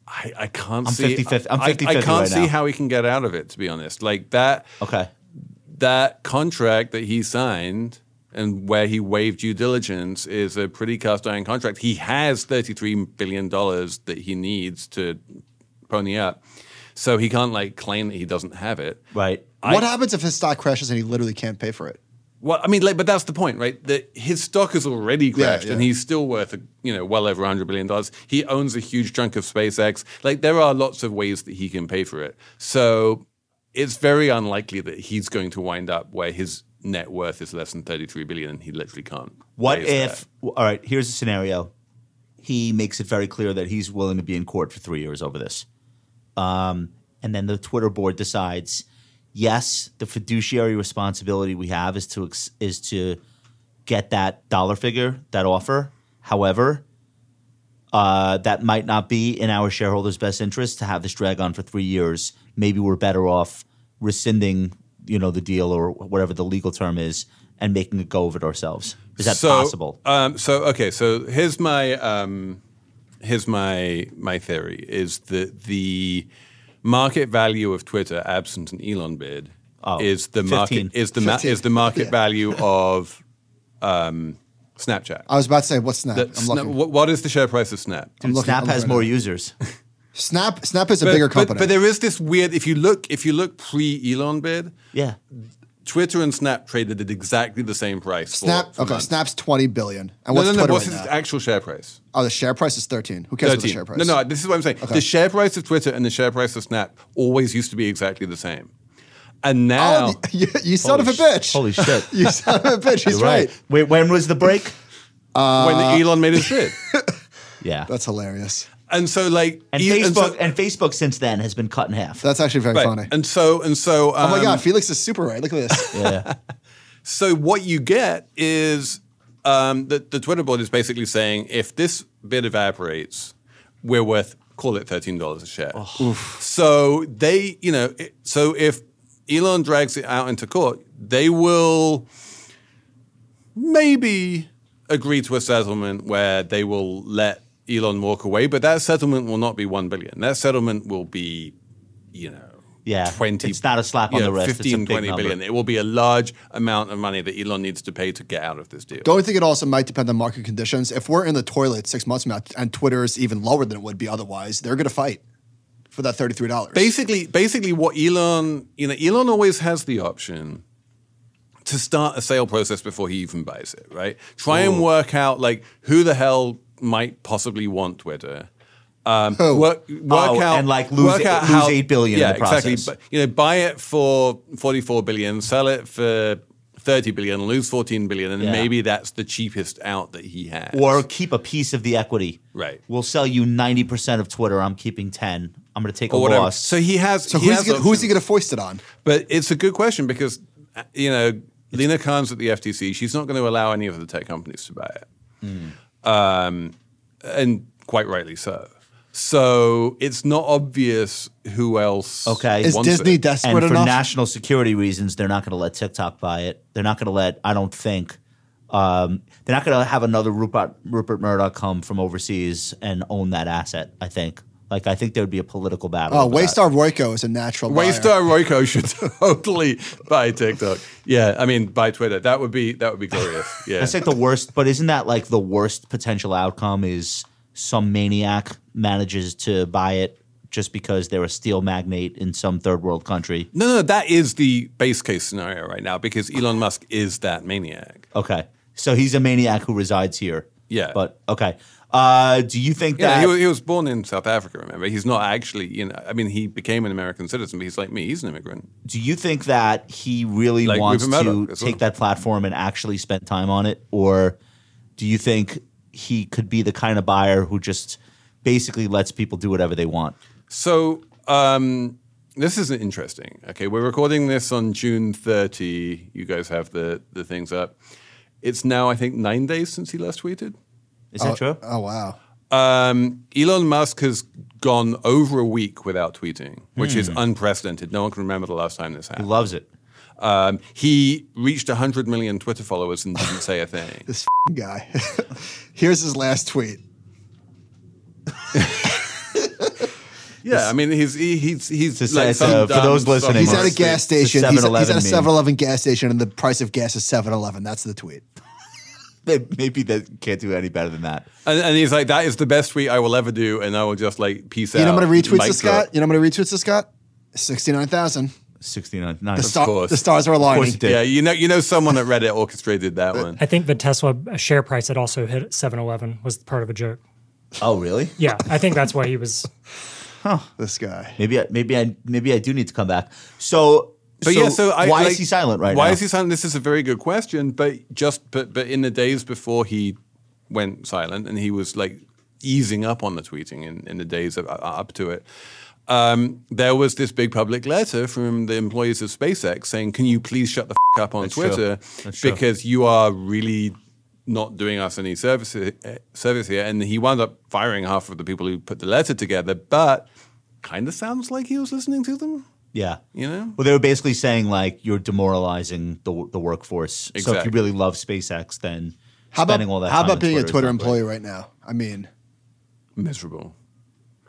I, I can't I'm see. 50-50 I'm I- I, 50-50 can't right see now. how he can get out of it. To be honest, like that. Okay. that contract that he signed and where he waived due diligence is a pretty cast iron contract. He has $33 billion that he needs to pony up. So he can't like claim that he doesn't have it. Right. what happens if his stock crashes and he literally can't pay for it? Well, I mean, like, but that's the point, right? That his stock has already crashed, and yeah. he's still worth, you know, well over hundred billion dollars. He owns a huge chunk of SpaceX. Like, there are lots of ways that he can pay for it. So, it's very unlikely that he's going to wind up where his net worth is less than thirty-three billion, and he literally can't. What raise if? that. w- All right. Here's a scenario. He makes it very clear that he's willing to be in court for three years over this, um, and then the Twitter board decides. Yes, the fiduciary responsibility we have is to ex- is to get that dollar figure, that offer. However, uh, that might not be in our shareholders' best interest to have this drag on for three years. Maybe we're better off rescinding, you know, the deal or whatever the legal term is, and making a go of it ourselves. Is that so, possible? Um, so okay, so here's my um, here's my my theory is that the market value of Twitter absent an Elon bid is the 15. market is the ma- 15. is the market Yeah. value of um, Snapchat. I was about to say, what's Snap? That I'm Sna- looking. wh- what is the share price of Snap? Dude, looking- Snap I'm has looking more at it. users. Snap Snap is a bigger company. But, there is this weird. If you look, if you look pre Elon bid, yeah. Twitter and Snap traded at exactly the same price. for- Snap for okay, months. Snap's twenty billion. And No, what's no, no. Twitter What's right its now? actual share price? oh, the share price is thirteen. Who cares about the 13. share price? No, no, this is what I'm saying. The share price of Twitter and the share price of Snap always used to be exactly the same. And now, Oh, you, you son of a Holy sh- bitch. Holy shit. you son of a bitch. He's You're right. Wait, when was the break? when Elon made his bid. Yeah. That's hilarious. and so, like, and E- Facebook so- and Facebook since then has been cut in half. That's actually very right. funny. And so, and so, um, oh my god, Felix is super right. Look at this. yeah. So what you get is um, the, the Twitter board is basically saying if this bid evaporates, we're worth call it thirteen dollars a share. So they, you know, it- so if Elon drags it out into court, they will maybe agree to a settlement where they will let Elon walk away, but that settlement will not be one billion. That settlement will be, you know, Yeah. 20 It's not a slap on yeah, the wrist. 15 it's a big 20 number. billion. it will be a large amount of money that elon needs to pay to get out of this deal The only thing it also might depend on market conditions. If we're in the toilet six months from now and Twitter is even lower than it would be otherwise, they're gonna fight for that thirty-three dollars. basically basically what elon you know elon always has the option to start a sale process before he even buys it right try and work out like who the hell might possibly want twitter um, Who? work, work Oh, out and, like, lose work it- out lose how, $8 billion in Yeah, the exactly. process. But, you know, buy it for forty-four billion, sell it for thirty billion, lose fourteen billion, and Yeah. maybe that's the cheapest out that he has. Or keep a piece of the equity. Right. We'll sell you 90% of Twitter. I'm keeping 10. I'm going to take a or whatever. loss. So he has. so he who's has he, gonna, who's he options. gonna foist it on? But it's a good question because uh, you know Lena Khan's at the FTC. She's not going to allow any of the tech companies to buy it, um, and quite rightly so. So it's not obvious who else. Okay. Is wants Disney it. desperate and for enough? national security reasons, they're not going to let TikTok buy it. They're not going to let, I don't think, um, they're not going to have another Rupert, Rupert Murdoch come from overseas and own that asset, I think. Like, I think there would be a political battle. Oh, over that. Waystar Royco is a natural. buyer. Waystar Royco should totally buy TikTok. Yeah, I mean buy Twitter. That would be that would be glorious. Yeah. That's like the worst, but isn't that like the worst potential outcome is some maniac manages to buy it just because they're a steel magnate in some third world country? No, no, that is the base case scenario right now because Elon Musk is that maniac. Okay. So he's a maniac who resides here. Yeah. But okay. Uh, do you think Yeah, that he, wa- he was born in South Africa. Remember, he's not actually. You know, I mean, he became an American citizen, but he's like me. He's an immigrant. do you think that he really Like wants Rupert to Murdoch as take well. that platform and actually spend time on it, or do you think he could be the kind of buyer who just basically lets people do whatever they want? So um, this is interesting. Okay, we're recording this on June 30. You guys have the the things up. It's now, I think, nine days since he last tweeted. Is that true? Oh wow. Um, Elon Musk has gone over a week without tweeting, which is unprecedented. No one can remember the last time this he happened. loves it. Um, he reached 100 million Twitter followers and didn't say a thing. This f***ing guy. Here's his last tweet. Yeah, I mean, he's he, he's he's It's a- like it's some a- for dumb those listening, He's sophomore at a It's the- gas student. it's the station. He's, he's at a 7-Eleven meme. 7-Eleven gas station, and the price of gas is 7-Eleven. That's the tweet. They- Maybe they can't do any better than that. And, and he's like, "That is the best tweet I will ever do," and I will just like peace You out. know, I'm going to retweet mic this, drop. Scott. You know, I'm going to retweet this, Scott. Sixty-nine thousand. 69. Nice. The, star- course. the stars are Of course aligning. it did. Yeah, you know, you know, someone at Reddit orchestrated that one. I think the Tesla share price had also hit 7-Eleven was part of a joke. Oh, really? Yeah, I think that's why he was. This guy. Maybe I, maybe I maybe I do need to come back. So, But yeah, so I, why like, is he silent right why now? is he silent? This is a very good question. But just but but in the days before he went silent, and he was like easing up on the tweeting in, in the days of, uh, up to it. Um, there was this big public letter from the employees of SpaceX saying, "Can you please shut the f- up on true. Twitter That's true. because you are really not doing us any service uh, service here, and he wound up firing half of the people who put the letter together. But kind of sounds like he was listening to them, Yeah. you know. Well, they were basically saying like you're demoralizing the the workforce. So if you Exactly. really love SpaceX, then How about spending all that how time about on being Twitter a is Twitter not great. employee right now? I mean, miserable.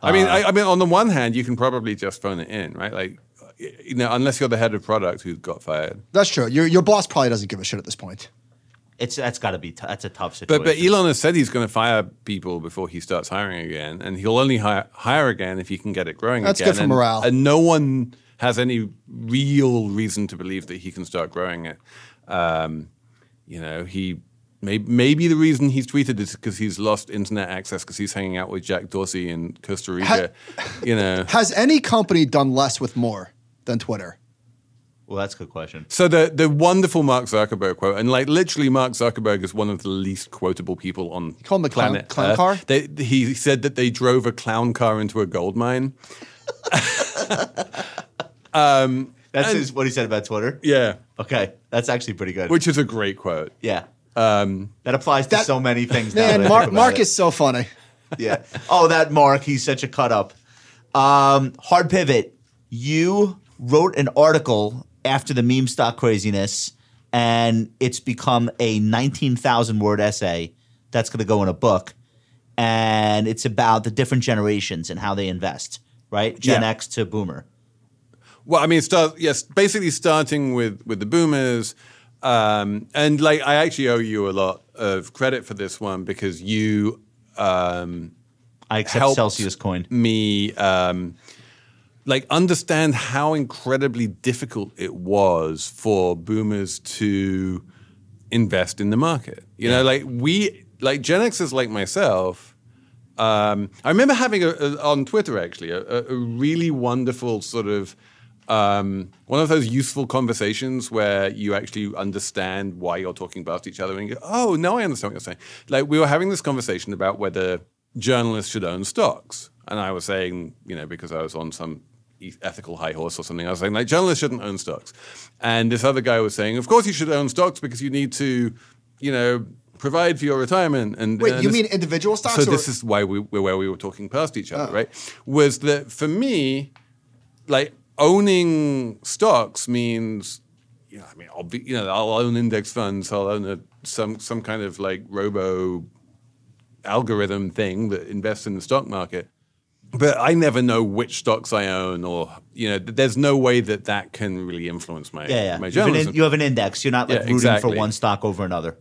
I mean, I, I mean, on the one hand, you can probably just phone it in, right? Like, you know, unless you're the head of product who got fired. that's true. Your your boss probably doesn't give a shit at this point. It's that's got to be t- that's a tough situation. But but Elon has said he's going to fire people before he starts hiring again, and he'll only hire, hire again if he can get it growing. That's again. good for and, morale. And no one has any real reason to believe that he can start growing it. Um, you know, he maybe maybe the reason he's tweeted is because he's lost internet access because he's hanging out with Jack Dorsey in Costa Rica. you know, Has any company done less with more than Twitter? well, that's a good question. So the the wonderful Mark Zuckerberg quote, and like literally, Mark Zuckerberg is one of the least quotable people on call him the clown- planet clown Earth. car? They, he said that they drove a clown car into a gold mine. That's his, what he said about Twitter. Yeah, Okay, that's actually pretty good. which is a great quote. yeah. Um, that applies to that- so many things. now that Man, I Mark, think about Mark it. is so funny. yeah. Oh, that Mark, he's such a cut up. Um, hard pivot. You wrote an article after the meme stock craziness, and it's become a 19,000 word essay that's going to go in a book. And it's about the different generations and how they invest, right? Gen Yeah. X to Boomer. Well, I mean, start yes, basically starting with with the boomers, um, and like I actually owe you a lot of credit for this one because you um, I accept Helped. Celsius coin. me um, like understand how incredibly difficult it was for boomers to invest in the market. You know, like we like Gen Xers like myself. Um, I remember having a, a- on Twitter actually a, a- a really wonderful sort of um, one of those useful conversations where you actually understand why you're talking past each other and you go, oh, now I understand what you're saying. Like we were having this conversation about whether journalists should own stocks, and I was saying, you know, because I was on some e- ethical high horse or something. I was saying like journalists shouldn't own stocks, and this other guy was saying, of course you should own stocks because you need to, you know, provide for your retirement. And Wait, and you this- mean individual stocks? So or- this is why we were where we were talking past each Ah. other, right? Was that for me? Like owning stocks means, you know, I mean, I'll be, you know, I'll own index funds, I'll own a, some some kind of like robo algorithm thing that invests in the stock market but I never know which stocks I own, or you know, th- there's no way that that can really influence my Yeah, yeah. my You have, an journalism. in, you have an index. You're not like Yeah, rooting for exactly. Uh, one stock over another.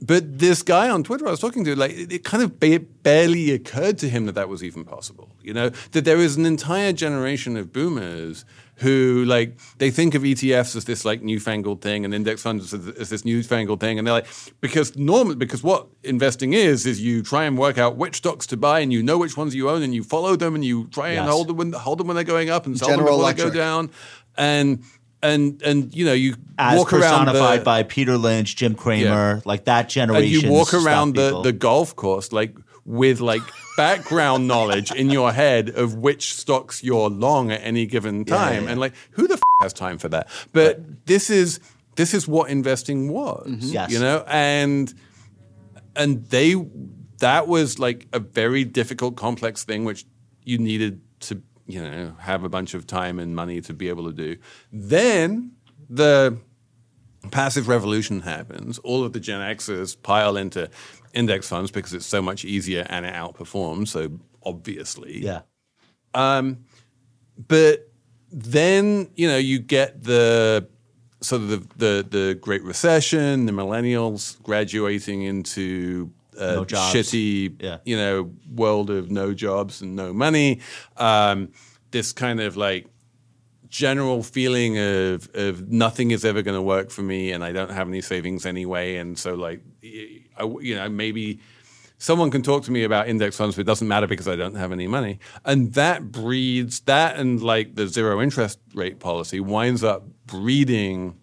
but this guy on Twitter I was talking to, like, it, it kind of ba- barely occurred to him that that was even possible. You know, that there is an entire generation of boomers who, like, they think of ETFs as this like newfangled thing and index funds as, as this newfangled thing, and they're like, because normally, because what investing is is you try and work out which stocks to buy, and you know which ones you own, and you follow them, and you try and Yes. hold them when hold them when they're going up, and sell General them before they Electric. go down, and and and you know you As walk around the- personified by Peter Lynch, Jim Cramer, like that generation. and you walk stock around the, people. the golf course like with like background knowledge in your head of which stocks you're long at any given time yeah. and like who the f- has time for that but this is this is what investing was Mm-hmm. Yes. you know and and they that was like a very difficult complex thing which you needed to you know have a bunch of time and money to be able to do then the passive revolution happens, all of the Gen Xers pile into index funds because it's so much easier and it outperforms. So obviously, yeah. but then you know you get the sort of the the, the Great Recession, the millennials graduating into uh, No jobs. shitty, Yeah. you know, world of no jobs and no money. Um, this kind of like general feeling of of nothing is ever going to work for me, and I don't have any savings anyway, and so like, y- I, you know, maybe someone can talk to me about index funds, but it doesn't matter because I don't have any money, and that breeds that, and like the zero interest rate policy winds up breeding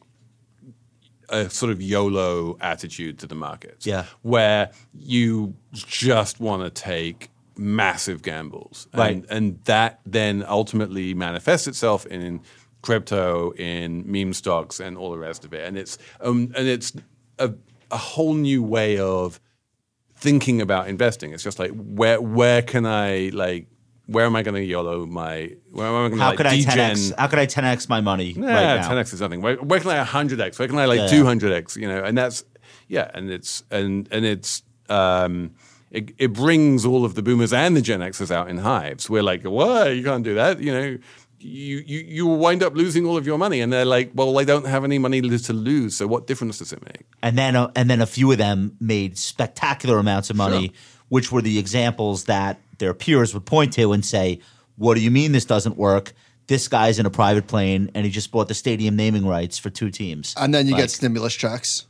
a sort of YOLO attitude to the markets. Yeah. Where you just want to take massive gambles. And, Right. and that then ultimately manifests itself in crypto, in meme stocks, and all the rest of it. And it's um, and it's a a whole new way of thinking about investing. It's just like where where can I like where am I going to YOLO my where am I going to How like could I 10x? degen? How could I 10x my money Yeah, right now? 10x is nothing. Where, where can I 100x? Where can I like Yeah. 200x? You know, and that's yeah, and it's and and it's um, it, it brings all of the boomers and the Gen Xers out in hives. We're like, what? You can't do that. You know, you you you will wind up losing all of your money, and they're like, well, I don't have any money to lose. So what difference does it make? and then uh, and then a few of them made spectacular amounts of money, which were the examples that their peers would point to and say, "What do you mean this doesn't work? This guy's in a private plane and he just bought the stadium naming rights for two teams, And then you Like, get stimulus checks.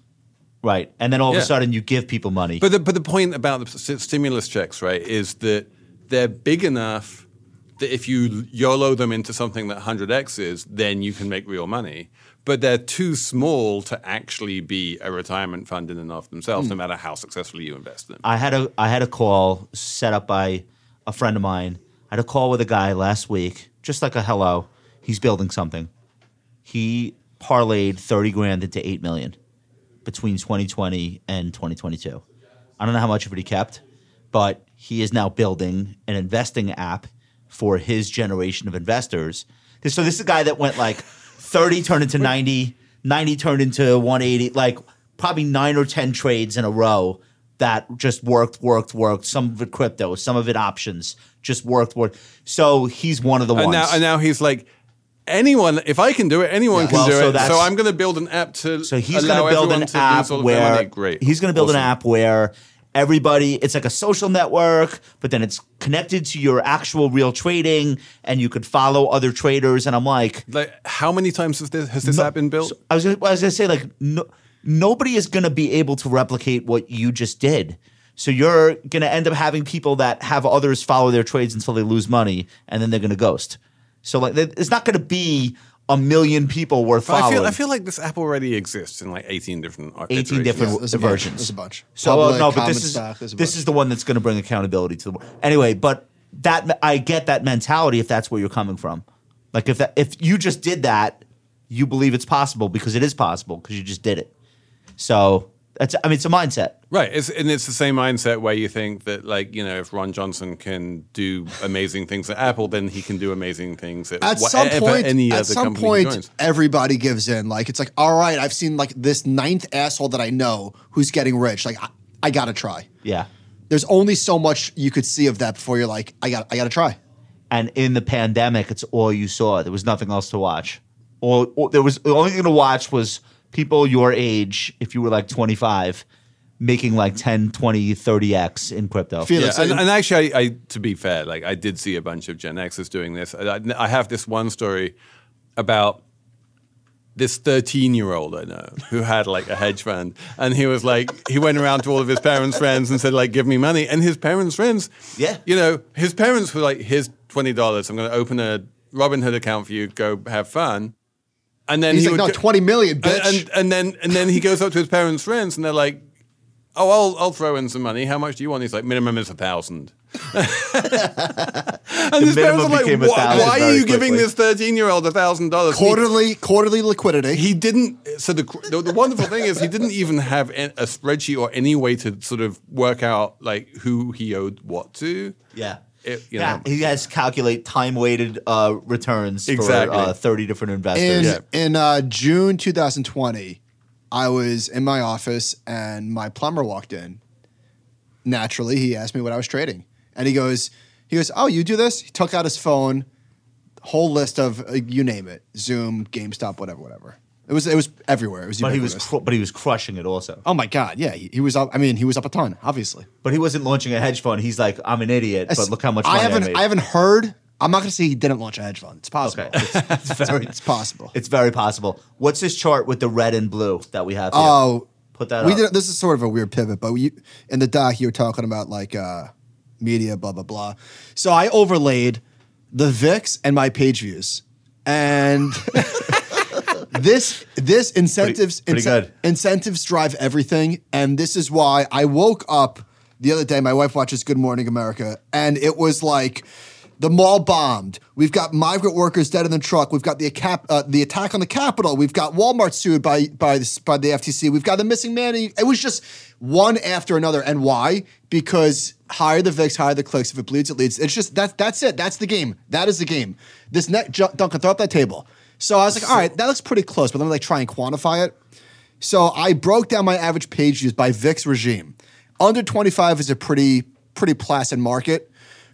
right." And then all of Yeah. a sudden, you give people money. But the, but the point about the st- stimulus checks, right, is that they're big enough that if you YOLO them into something that 100x is, then you can make real money. But they're too small to actually be a retirement fund in and of themselves, no matter how successfully you invest them. Hmm. I had a I had a call set up by a friend of mine. I had a call with a guy last week, just like a hello. He's building something. He parlayed thirty grand into eight million between 2020 and 2022. I don't know how much of it he kept, but he is now building an investing app for his generation of investors. So this is a guy that went like 30 turned into 90, 90 turned into 180, like probably nine or 10 trades in a row that just worked, worked, worked. Some of it crypto, some of it options, just worked, worked. So he's one of the and, ones. now, and now he's like, anyone, if I can do it, anyone can Well, do so it. So that's- I'm going to build an app to So he's allow going to build everyone an to app lose all of their where money. Great. he's going to build Awesome. an app where everybody it's like a social network, but then it's connected to your actual real trading, and you could follow other traders. And I'm like, Like, how many times has this, has this app been built? so I was gonna, I was going to say like no, nobody is going to be able to replicate what you just did. So you're going to end up having people that have others follow their trades until they lose money, and then they're going to ghost. So like th- it's not going to be a million people worth But I following. feel, I feel like this app already exists in like 18 different 18 iterations. different there's a bunch. versions. There's a bunch. So uh, Public, no, but common this is stock, there's a this bunch. is the one that's going to bring accountability to the world. Anyway, but that I get that mentality if that's where you're coming from. Like if that if you just did that, you believe it's possible because it is possible because you just did it. So that's I mean it's a mindset. Right, it's, and it's the same mindset where you think that, like, you know, if Ron Johnson can do amazing things at Apple, then he can do amazing things at, at some whatever point, any at other some company he point, joins. everybody gives in. Like it's like, all right, I've seen like this ninth asshole that I know who's getting rich. Like I, I gotta try. Yeah. There's only so much you could see of that before you're like, I got, I gotta try. And in the pandemic, it's all you saw. There was nothing else to watch. All, all- there was the only thing to watch was people your age, if you were like 25, making like 10, 20, 30x in crypto. Yeah, Felix, and, I- and actually, I, I to be fair, like I did see a bunch of Gen Xers doing this. I, I- I have this one story about this 13 year old I know who had like a hedge fund, and he was like, he went around to all of his parents' friends and said, like, give me money. And his parents' friends, Yeah. you know, his parents were like, here's twenty dollars. I'm going to open a Robinhood account for you. Go have fun. And then He's he like, would "No, go- 20 million, bitch." And, and, and then and then he goes up to his parents' friends, and they're like, "Oh, I'll I'll throw in some money. How much do you want?" He's like, "Minimum is a thousand. And his parents minimum are like, became a "Why, thousand why are very you giving quickly." this thirteen-year-old a thousand dollars?" quarterly, quarterly liquidity. he didn't so the, the the wonderful thing is he didn't even have an- a spreadsheet or any way to sort of work out like who he owed what to Yeah. It- you yeah, know. he has calculate time weighted uh, returns Exactly. for uh, thirty different in investors. in uh, June 2020, I was in my office and my plumber walked in. Naturally, he asked me what I was trading, and he goes, he goes, "Oh, you do this?" He took out his phone, whole list of uh, you name it, Zoom, GameStop, whatever, whatever. It was it was everywhere. It was But he was, ubiquitous. cru- but he was crushing it also. oh my god, yeah, he, he was up. I mean, he was up a ton, obviously. But he wasn't launching a hedge fund. He's like, I'm an idiot, but look how much money I haven't. I made. haven't heard. I'm not going to say he didn't launch a hedge fund. It's possible. okay, it's, it's very, It's possible. it's very possible. What's this chart with the red and blue that we have? Here? Oh, put that. we up. did. This is sort of a weird pivot, but we, in the doc you were talking about like uh, media, blah blah blah. So I overlaid the VIX and my page views, and this this incentives Pretty- pretty good. incentives drive everything, and this is why I woke up the other day. My wife watches Good Morning America, and it was like The mall bombed. We've got migrant workers dead in the truck. We've got the, acap- uh, the attack on the Capitol. We've got Walmart sued by by the, by the FTC. We've got the missing man. It was just one after another. And why? Because higher the VIX, higher the clicks. If it bleeds, it leads. It's just that's that's it. That's the game. That is the game. This net ju- Duncan throw up that table. So I was like, all right, that looks pretty close. But let me like try and quantify it. So I broke down my average page views by VIX regime. Under 25 is a pretty pretty placid market.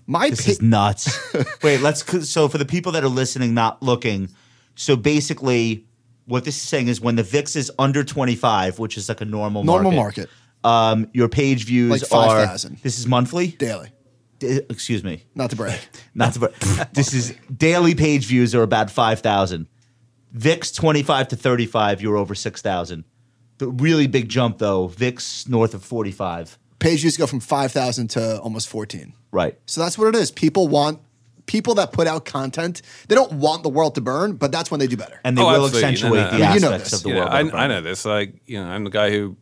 My This pa- is nuts. Wait, let's. So for the people that are listening, not looking, so basically, what this is saying is when the VIX is under twenty five, which is like a normal normal market, Um, your page views Like are 5,000. This is monthly. daily, D- excuse me, not to brag. not to. but this is daily page views are about five thousand. VIX twenty five to thirty five, you're over six thousand. The really big jump though, VIX north of forty five. Page views go from 5,000 to almost 14. Right. So that's what it is. People want people that put out content. They don't want the world to burn, but that's when they do better. And they Oh, will absolutely. No, accentuate no, the I mean, you aspects know this. of the Yeah, world. that are I, um, I know this. Like, you know, I'm the guy who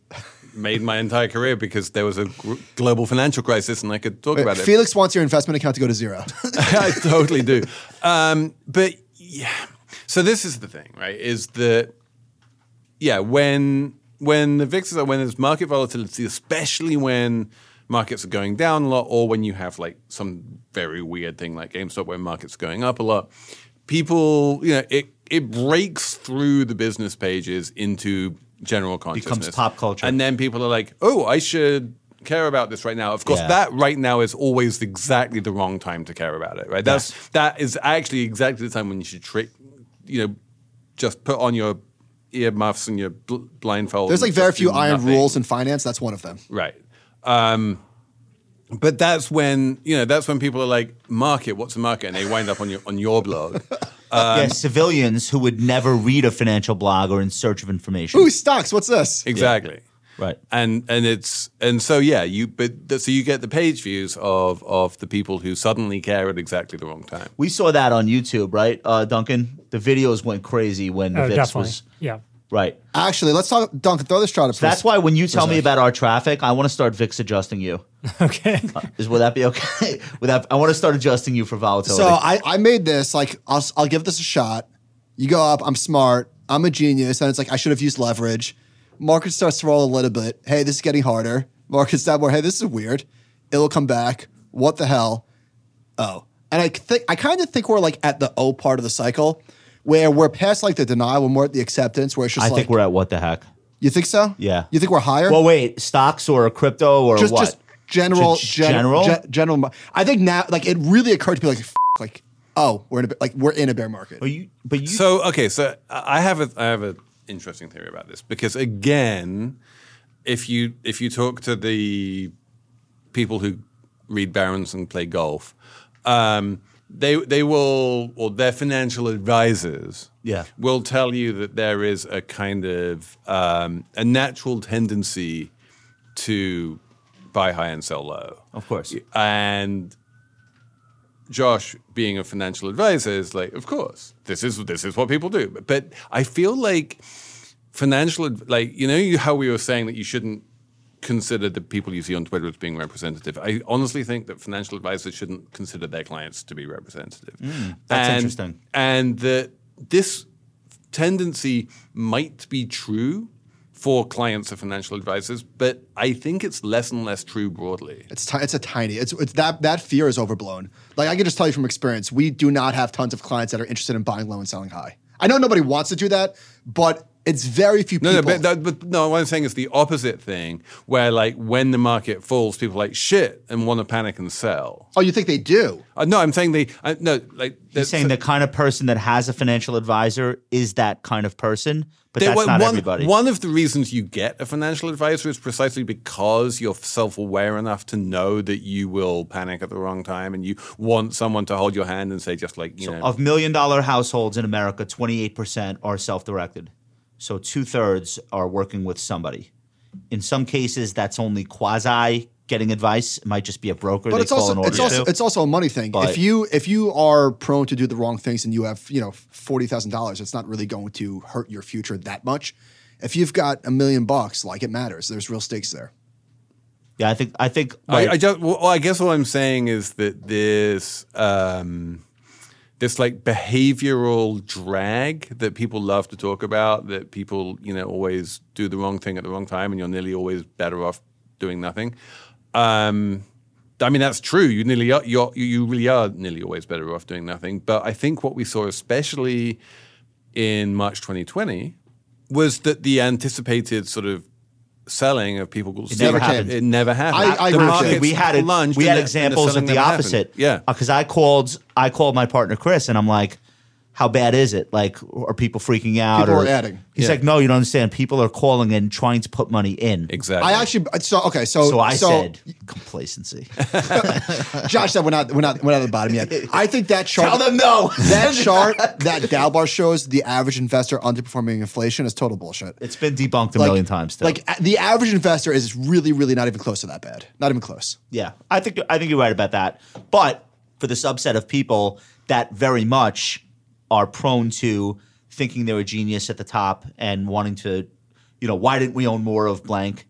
made my entire career because there was a gr- global financial crisis and I could talk about it. Felix wants your investment account to go to zero. I totally do. Um, but yeah, so this is the thing, right? Is that yeah, when when the VIX is when there's market volatility, especially when markets are going down a lot, or when you have like some very weird thing like GameStop where markets are going up a lot, people, you know, it it breaks through the business pages into general consciousness, pop culture. and then people are like, oh, I should care about this right now. Of course, Yeah. that right now is always exactly the wrong time to care about it, right? That's that is actually exactly the time when you should trick, you know, just put on your earmuffs and your bl- blindfold. There's and like very just do few iron nothing. rules in finance. That's one of them. right? Um, but that's when you know that's when people are like, market, what's the market, and they wind up on your on your blog. yeah, civilians who would never read a financial blog or in search of information. Ooh, stocks. What's this? Exactly. Right. And and it's and so yeah, you but th- so you get the page views of of the people who suddenly care at exactly the wrong time. We saw that on YouTube, right, uh, Duncan? The videos went crazy when Oh, VIX definitely. was yeah. right. Actually, let's talk. Duncan, throw this chart up. That's why when you tell me about our traffic, I want to start VIX adjusting you. Okay. Is would that be okay? would that, I want to start adjusting you for volatility. So I, I made this like I'll, I'll give this a shot. You go up. I'm smart. I'm a genius. And it's like I should have used leverage. Market starts to roll a little bit. Hey, this is getting harder. Market stop more. Hey, this is weird. It'll come back. What the hell? Oh, and I think I kind of think we're like at the O part of the cycle, where we're past like the denial and we're at the acceptance. Where it's just I like think we're at what the heck? you think so? Yeah. You think we're higher? Well, wait, stocks or crypto or just what? just general Just gen- general? gen- general. mar- I think now like it really occurred to me like F- like oh we're in a ba- like we're in a bear market. but you, but you, So okay, so I I have a I have an interesting theory about this because again, if you if you talk to the people who read Barons and play golf, um, they they will or their financial advisors Yeah. will tell you that there is a kind of um, a natural tendency to buy high and sell low. of course, And Josh, being a financial advisor, is like, of course, this is this is what people do. But I feel like financial, ad- like you know you- how we were saying that you shouldn't consider the people you see on Twitter as being representative. I honestly think that financial advisors shouldn't consider their clients to be representative. Mm, that's And- interesting. And that this tendency might be true for clients of financial advisors, but I think it's less and less true broadly. It's ti- it's a tiny. It's it's that that fear is overblown. Like I can just tell you from experience, we do not have tons of clients that are interested in buying low and selling high. I know nobody wants to do that, but it's very few people. No, no, but, that, but no, what I'm saying is the opposite thing, where like when the market falls, people are like shit and want to panic and sell. oh, you think they do? Uh, no, I'm saying they uh, no like you're saying the kind of person that has a financial advisor is that kind of person, but they- that's well, not one, everybody. One of the reasons you get a financial advisor is precisely because you're self-aware enough to know that you will panic at the wrong time, and you want someone to hold your hand and say just like you know. of million dollar households in America, 28% are self directed. So two thirds are working with somebody. In some cases, that's only quasi getting advice. It might just be a broker. But they it's call also and order it's also to. it's also a money thing. But- if you if you are prone to do the wrong things and you have you know forty thousand dollars, it's not really going to hurt your future that much. If you've got a million bucks, like it matters. There's real stakes there. Yeah, I think I think I, right, I just, well, I guess all I'm saying is that this, um, this like behavioral drag that people love to talk about, that people, you know, always do the wrong thing at the wrong time, and you're nearly always better off doing nothing. Um, I mean, that's true. You nearly are, you're, you- you really are nearly always better off doing nothing. But I think what we saw, especially in March 2020, was that the anticipated sort of selling of people it never happened. It never happened. I- I the agree with markets you. we had it- plunged we had and the- examples and of the selling never happened. opposite. Yeah. because I called I called my partner Chris and I'm like, how bad is it? Like, are people freaking out? People or are adding. He's Yeah. like, no, you don't understand. People are calling and trying to put money in. Exactly. I actually so okay so So I said complacency. Josh said we're not we're not we're not at the bottom yet. I think that chart Tell them no. that chart that Dalbar shows the average investor underperforming inflation is total bullshit. It's been debunked a million times. Still. Like a- the average investor is really really not even close to that bad. Not even close. Yeah, I think I think you're right about that. But for the subset of people that very much are prone to thinking they're a genius at the top and wanting to, you know, why didn't we own more of blank?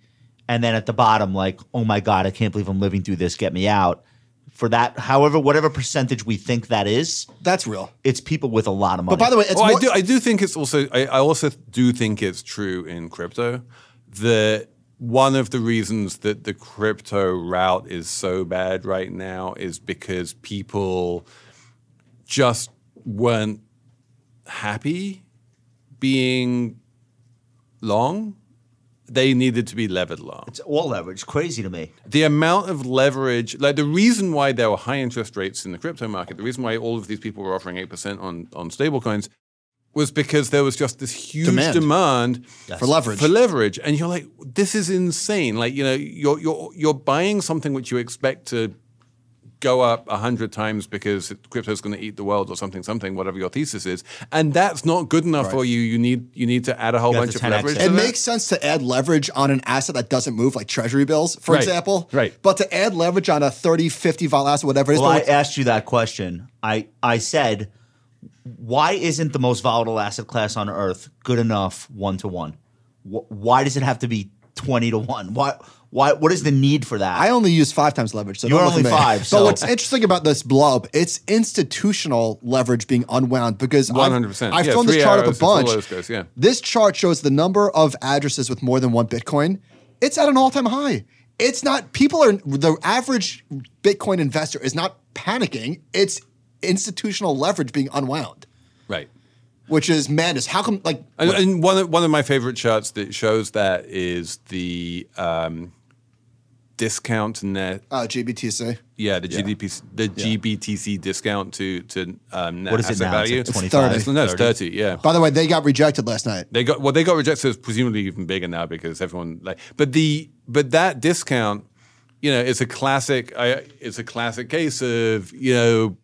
And then at the bottom, like, oh my god, I can't believe I'm living through this. Get me out. For that, however, whatever percentage we think that is, That's real. it's people with a lot of money. But by the way, it's well, more, Oh, I do. I do think it's also. I, I also do think it's true in crypto that one of the reasons that the crypto route is so bad right now is because people just weren't happy being long. They needed to be levered long it's all leverage, crazy to me. the amount of leverage, like the reason why there were high interest rates in the crypto market, the reason why all of these people were offering 8% on, on stablecoins was because there was just this huge Demand. demand, For leverage. For leverage. And you're like, this is insane. Like, you know, you're, you're, you're buying something which you expect to go up 100 times because crypto's going to eat the world or something, something, whatever your thesis is. And that's not good enough for you. You need, you need to add a whole You have bunch to of 10x leverage. it. to it that. makes sense to add leverage on an asset that doesn't move, like treasury bills, for Right, example. right. But to add leverage on a 30, 50 vol asset, whatever it is, Well, I but asked you that question. I I said, why isn't the most volatile asset class on earth good enough one to one? Why does it have to be twenty to one? Why why what is the need for that? I only use five times leverage. So You're don't look only at me. five, But so- what's interesting about this blob, it's institutional leverage being unwound because I've- 100%. I've Yeah, thrown this three chart up a arrows, it's all bunch. those guys, yeah. This chart shows the number of addresses with more than one Bitcoin. It's at an all-time high. It's not people are the average Bitcoin investor is not panicking. It's institutional leverage being unwound, right. which is madness. How come like And, and one of, one of my favorite charts that shows that is the um, discount net. uh, GBTC? Yeah, the GDP, the GBTC discount to to um, net What is it asset now? It's value. like It's 25, thirty. no, it's thirty. Yeah. By the way, they got rejected last night. They got well. They got rejected. so It's presumably even bigger now because everyone like. But the but that discount, you know, it's a classic. I, it's a classic case of you know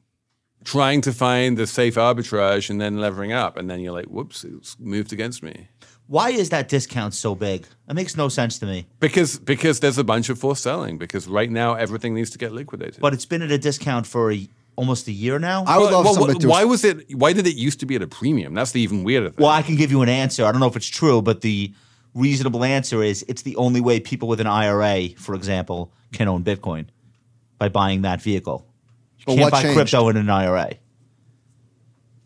trying to find the safe arbitrage and then levering up, and then you're like, whoops, it's moved against me. Why is that discount so big? That makes no sense to me. Because because there's a bunch of forced selling. Because right now everything needs to get liquidated. But it's been at a discount for a, almost a year now. I would Well, love well, somebody to why was it? Why did it used to be at a premium? That's the even weirder thing. well, I can give you an answer. I don't know if it's true, but the reasonable answer is it's the only way people with an IRA, for example, can own Bitcoin by buying that vehicle. You But can't what buy changed? crypto in an IRA.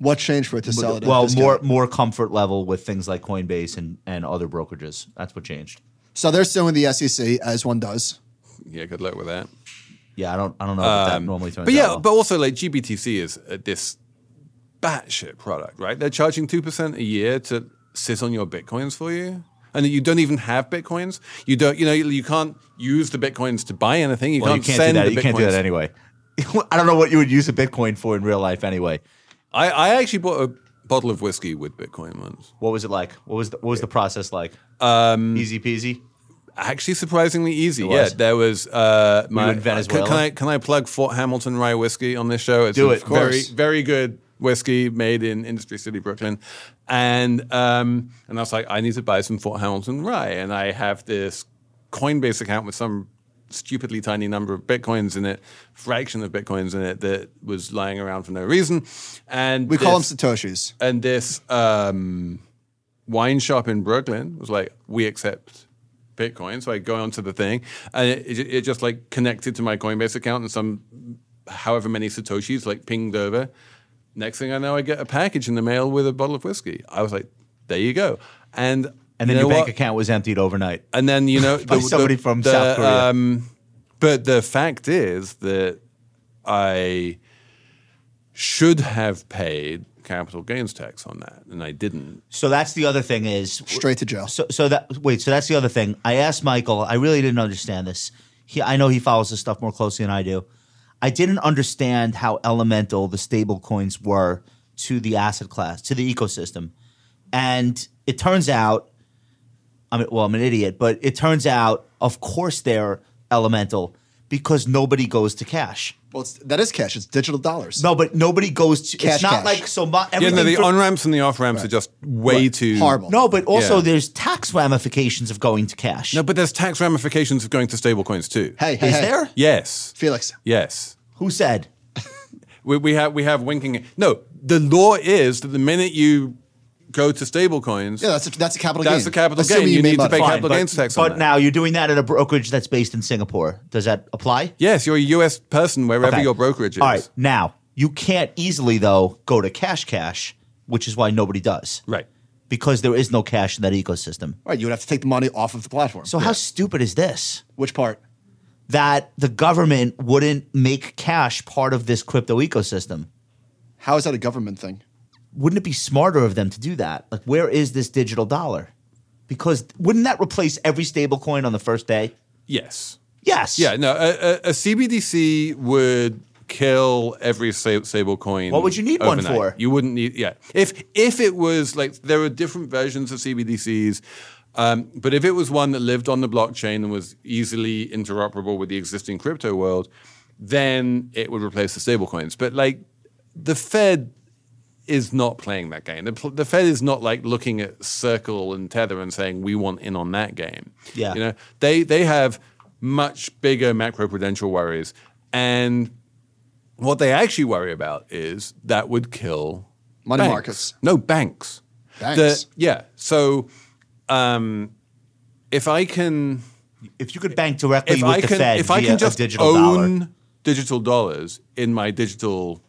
what changed for it to sell it? at a well, discount? more more comfort level with things like Coinbase and, and other brokerages. That's what changed. So they're suing the SEC as one does. yeah, good luck with that. Yeah, I don't I don't know if that normally turns Um, But yeah, out. well. but also like GBTC is uh, this batshit product, right? They're charging two percent a year to sit on your bitcoins for you, and you don't even have bitcoins. You don't, you know, you, you can't use the bitcoins to buy anything. You Well, you can't, can't send do that. the You bitcoins. can't do that anyway. I don't know what you would use a Bitcoin for in real life anyway. I, I actually bought a bottle of whiskey with bitcoin once. What was it like? What was the, what was the process like? Um, Easy peasy. Actually, surprisingly easy. was. Yeah, there was. Uh, my, were in Venezuela? Can, can I can I plug Fort Hamilton Rye whiskey on this show? It's Do a it, of Very course. very good whiskey made in Industry City, Brooklyn, and um, and I was like, I need to buy some Fort Hamilton Rye, and I have this Coinbase account with some stupidly tiny number of bitcoins in it, fraction of bitcoins in it that was lying around for no reason, and We call them this- Satoshis. and this um, wine shop in Brooklyn was like, we accept Bitcoin. So I go onto the thing, and it, it, it just like connected to my Coinbase account, and some however many satoshis like pinged over. Next thing I know, I get a package in the mail with a bottle of whiskey. I was like, "There you go," and And then you know your bank what? account was emptied overnight. And then you know By somebody from South Korea. Um, but the fact is that I should have paid capital gains tax on that, and I didn't. So that's the other thing is Straight to jail. So, so that wait, so that's the other thing. I asked Michael. I really didn't understand this. He, I know he follows this stuff more closely than I do. I didn't understand how elemental the stable coins were to the asset class, to the ecosystem, and it turns out, I mean, well, I'm an idiot, but it turns out, of course, they're elemental because nobody goes to cash. Well, it's, that is cash. It's digital dollars. No, but nobody goes to. Cash, it's not cash. like so. My, Yeah, everything no, the for- on ramps and the off ramps are just way too Horrible. no, but also Yeah. there's tax ramifications of going to cash. No, but there's tax ramifications of going to stablecoins too. Hey, hey, Is hey. there? Yes. Felix. Yes. Who said? We, we have we have winking. No, the law is that the minute you go to stablecoins, Yeah, that's a, that's a capital gain. That's a capital gain. Assuming You made need to money. pay Fine, capital but, gains tax on But that. now you're doing that at a brokerage that's based in Singapore. Does that apply? yes, you're a U.S. person wherever Okay. your brokerage is. All right. Now you can't easily though go to cash cash, which is why nobody does. Right. Because there is no cash in that ecosystem. Right, you would have to take the money off of the platform. So how stupid is this? which part? That the government wouldn't make cash part of this crypto ecosystem. How is that a government thing? Wouldn't it be smarter of them to do that? Like where is this digital dollar? Because wouldn't that replace every stable coin on the first day? Yes. Yes. Yeah, no, a, a, a CBDC would kill every sta- stable coin. What would you need one overnight. for? You wouldn't need, yeah. If if it was like there are different versions of CBDCs, um, but if it was one that lived on the blockchain and was easily interoperable with the existing crypto world, then it would replace the stable coins. But like the Fed is not playing that game. The, pl- the Fed is not like looking at Circle and Tether and saying we want in on that game. Yeah. you know they they have much bigger macro prudential worries, and what they actually worry about is that would kill Money banks. markets. No banks. Banks. The- yeah. So, um, if I can If you could bank directly if with I the can, Fed if I via can a just digital own dollar, digital dollars in my digital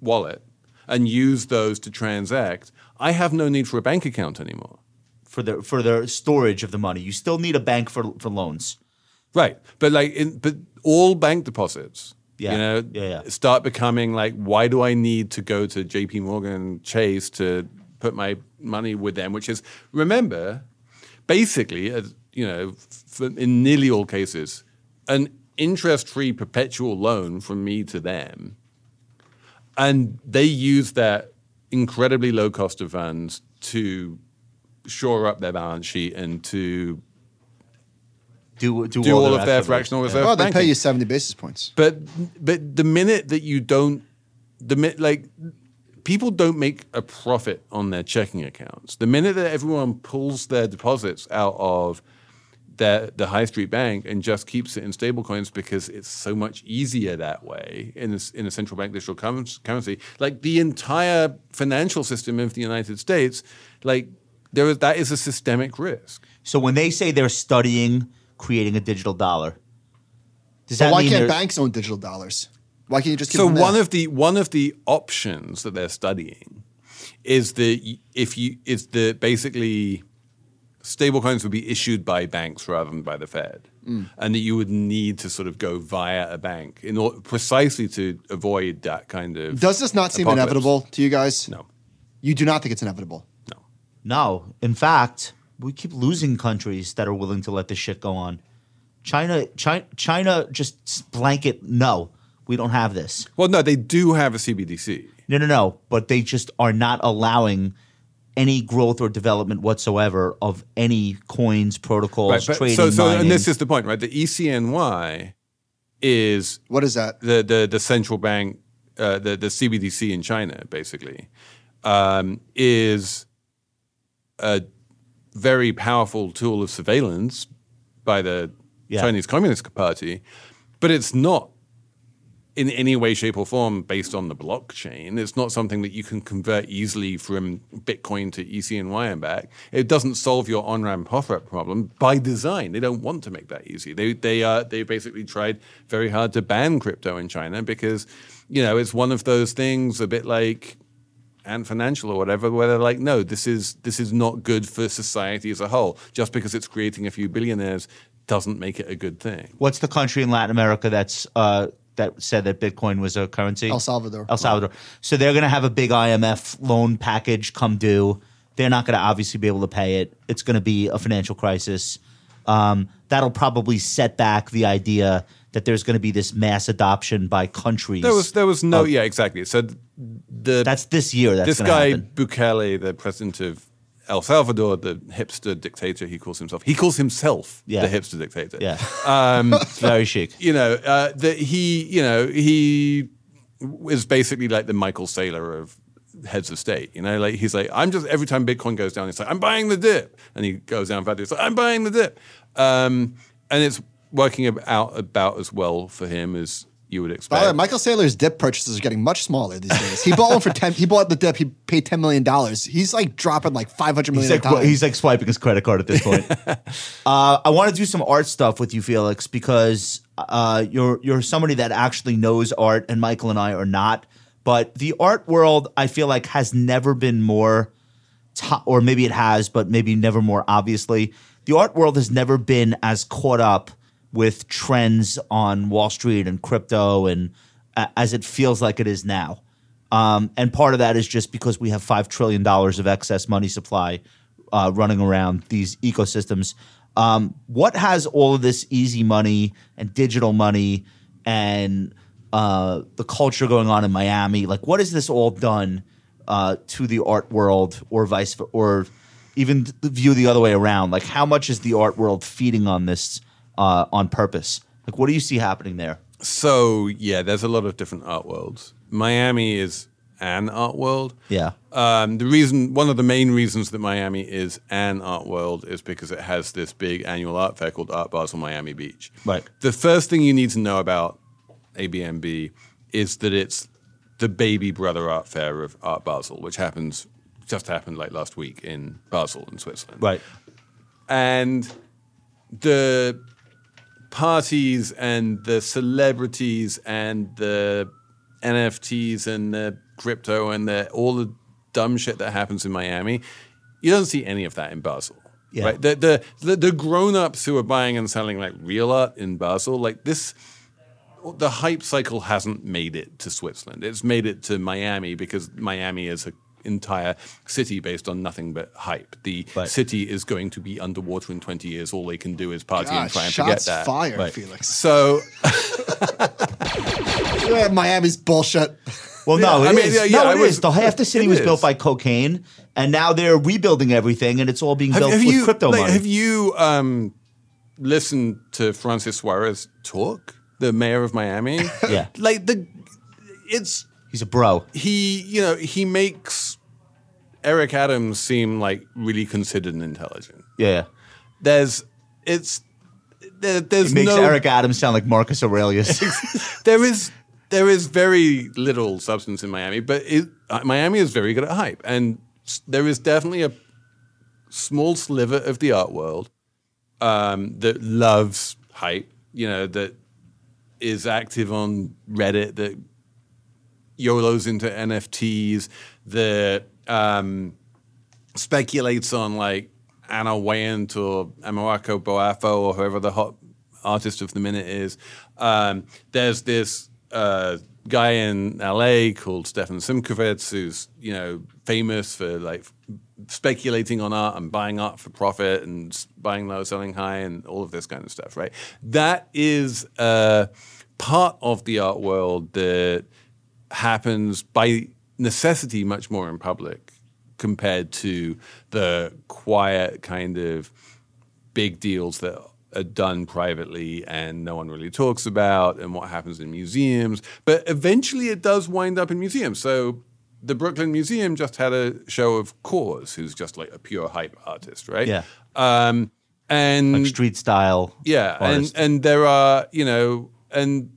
wallet and use those to transact, I have no need for a bank account anymore. for the for the storage of the money, you still need a bank for for loans. Right, but like, in, but all bank deposits, Yeah. you know, Yeah, yeah. start becoming like, why do I need to go to J.P. Morgan Chase to put my money with them? Which is, remember, basically, as, you know, f- in nearly all cases, an interest-free perpetual loan from me to them, and they use that incredibly low cost of funds to shore up their balance sheet and to Do do, do all, of their activities. fractional Yeah. reserve. Oh, they banking. pay you 70 basis points. But but the minute that you don't, the mi- like people don't make a profit on their checking accounts. The minute that everyone pulls their deposits out of their the high street bank and just keeps it in stablecoins because it's so much easier that way in a, in a central bank digital cur- currency. Like the entire financial system of the United States, like there is that is a systemic risk. So when they say they're studying creating a digital dollar, does that But why mean can't they're- banks own digital dollars? Why can't you just give so them one that? of the one of the options that they're studying is the if you is the basically stablecoins would be issued by banks rather than by the Fed, Mm. and that you would need to sort of go via a bank in order precisely to avoid that kind of. Does this not seem apocalypse. inevitable to you guys? No, You do not think it's inevitable. no. No, in fact, we keep losing countries that are willing to let this shit go on. China, China, China, just blanket no. We don't have this. Well, no, they do have a CBDC. No, no, no. But they just are not allowing any growth or development whatsoever of any coins, protocols, but- trading. so, so mining. and this is the point, right? The E ECNY is What is that? the the the central bank, uh, the the CBDC in China, basically, um, is a very powerful tool of surveillance by the Yeah. Chinese Communist Party, but it's not in any way, shape, or form based on the blockchain. It's not something that you can convert easily from Bitcoin to ECNY and back. It doesn't solve your on-ramp off-ramp problem by design. They don't want to make that easy. They they uh, they basically tried very hard to ban crypto in China because you know it's one of those things, a bit like and financial or whatever, where they're like, no, this is this is not good for society as a whole. Just because it's creating a few billionaires doesn't make it a good thing. What's the country in Latin America that's uh, that said that Bitcoin was a currency? El Salvador. El Salvador. So they're going to have a big IMF loan package come due. They're not going to obviously be able to pay it. It's going to be a financial crisis. Um, that'll probably set back the idea that there's going to be this mass adoption by countries. There was there was no yeah exactly. So th- the that's this year. That's this gonna guy happen. Bukele, the president of El Salvador, the hipster dictator he calls himself. He calls himself Yeah. the hipster dictator. Yeah. um, it's very chic. you know uh, that he you know he is basically like the Michael Saylor of heads of state. You know, like he's like I'm just every time Bitcoin goes down, it's like I'm buying the dip, and he goes down value, it's like I'm buying the dip, um, and it's working ab- out about as well for him as you would By expect. the way, Michael Saylor's dip purchases are getting much smaller these days. He bought one for ten. He bought the dip. He paid ten million dollars. He's like dropping like five hundred He's million. like, a time. he's like swiping his credit card at this point. uh, I want to do some art stuff with you, Felix, because uh, you're you're somebody that actually knows art, and Michael and I are not. But the art world, I feel like, has never been more, to- or maybe it has, but maybe never more obviously. The art world has never been as caught up with trends on Wall Street and crypto, and a as it feels like it is now. Um, and part of that is just because we have $5 trillion of excess money supply uh, running around these ecosystems. Um, what has all of this easy money and digital money and uh, the culture going on in Miami? Like, what has this all done uh, to the art world or vice versa? Or even th- the view the other way around? Like, how much is the art world feeding on this uh, on purpose? Like, what do you see happening there? so yeah, there's a lot of different art worlds. Miami is an art world. Yeah. Um, the reason, one of the main reasons that Miami is an art world is because it has this big annual art fair called Art Basel Miami Beach. Right. The first thing you need to know about ABMB is that it's the baby brother art fair of Art Basel, which happens just happened like last week in Basel in Switzerland Right. and the parties and the celebrities and the NFTs and the crypto and the all the dumb shit that happens in Miami, you don't see any of that in Basel. Yeah. Right? The the the, the grown ups who are buying and selling like real art in Basel, like this the hype cycle hasn't made it to Switzerland. It's made it to Miami because Miami is an entire city based on nothing but hype. The Right. city is going to be underwater in 20 years. All they can do is party Ah, and try and forget shots that. fired, Right. Felix. So Yeah, Miami's bullshit. Well, no, Yeah, it I mean, is. yeah, yeah, no, I it is. was- The half the city it was is. built by cocaine, and now they're rebuilding everything, and it's all being built with you, crypto like, money. Have you um, listened to Francis Suarez talk, the mayor of Miami? Yeah. like the it's He's a bro. he you know he makes Eric Adams seem like really considered and intelligent. Yeah, yeah. there's it's there, there's It makes no Eric Adams sound like Marcus Aurelius. there is there is very little substance in Miami, but it, uh, Miami is very good at hype, and s- there is definitely a small sliver of the art world um, that loves hype. You know that is active on Reddit that YOLOs into NFTs that um, speculates on like Anna Weyant or Amoako Boafo or whoever the hot artist of the minute is. Um, there's this uh, guy in LA called Stefan Simkovitz who's you know famous for like speculating on art and buying art for profit and s- buying low, selling high, and all of this kind of stuff. Right? That is uh, part of the art world that happens by necessity much more in public compared to the quiet kind of big deals that are done privately and no one really talks about and what happens in museums. But eventually it does wind up in museums. So the Brooklyn Museum just had a show of Cause, who's just like a pure hype artist, right? Yeah. Um, and Street style. yeah, artist. and and there are you know, and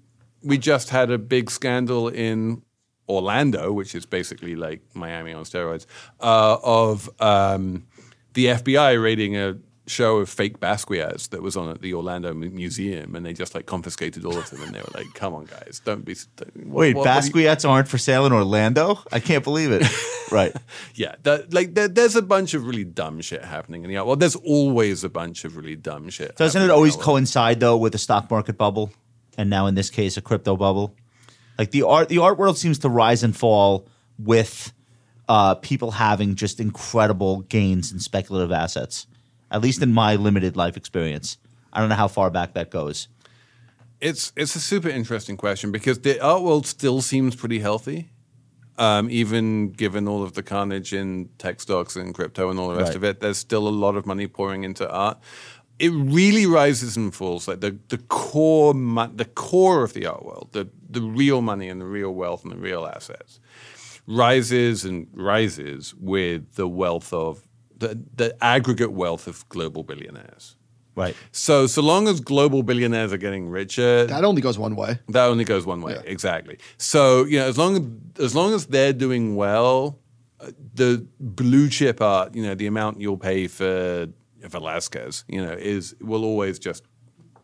we just had a big scandal in Orlando, which is basically like Miami on steroids, uh, of um, the FBI raiding a show of fake Basquiat's that was on at the Orlando Mu- Museum, and they just like confiscated all of them, and they were like, "Come on, guys, don't be." Don't, what- Wait, what- what do you- Basquiat's aren't for sale in Orlando? I can't believe it. right. yeah, that, like there, there's a bunch of really dumb shit happening in the art. Well, there's always a bunch of really dumb shit. Doesn't happening in it the always art world. coincide though with a stock market bubble, and now in this case a crypto bubble? Like the art, the art world seems to rise and fall with uh, people having just incredible gains in speculative assets. At least in my limited life experience, I don't know how far back that goes. It's it's a super interesting question because the art world still seems pretty healthy, um, even given all of the carnage in tech stocks and crypto and all the rest Right. of it. There's still a lot of money pouring into art. It really rises and falls. Like the the core mo- the core of the art world, the the real money and the real wealth and the real assets, rises and rises with the wealth of the, the aggregate wealth of global billionaires. Right. So so long as global billionaires are getting richer, That only goes one way. that only goes one way, exactly. So you know, as long as long as they're doing well, uh, the blue chip art, you know, the amount you'll pay for Velasquez, you know, is will always just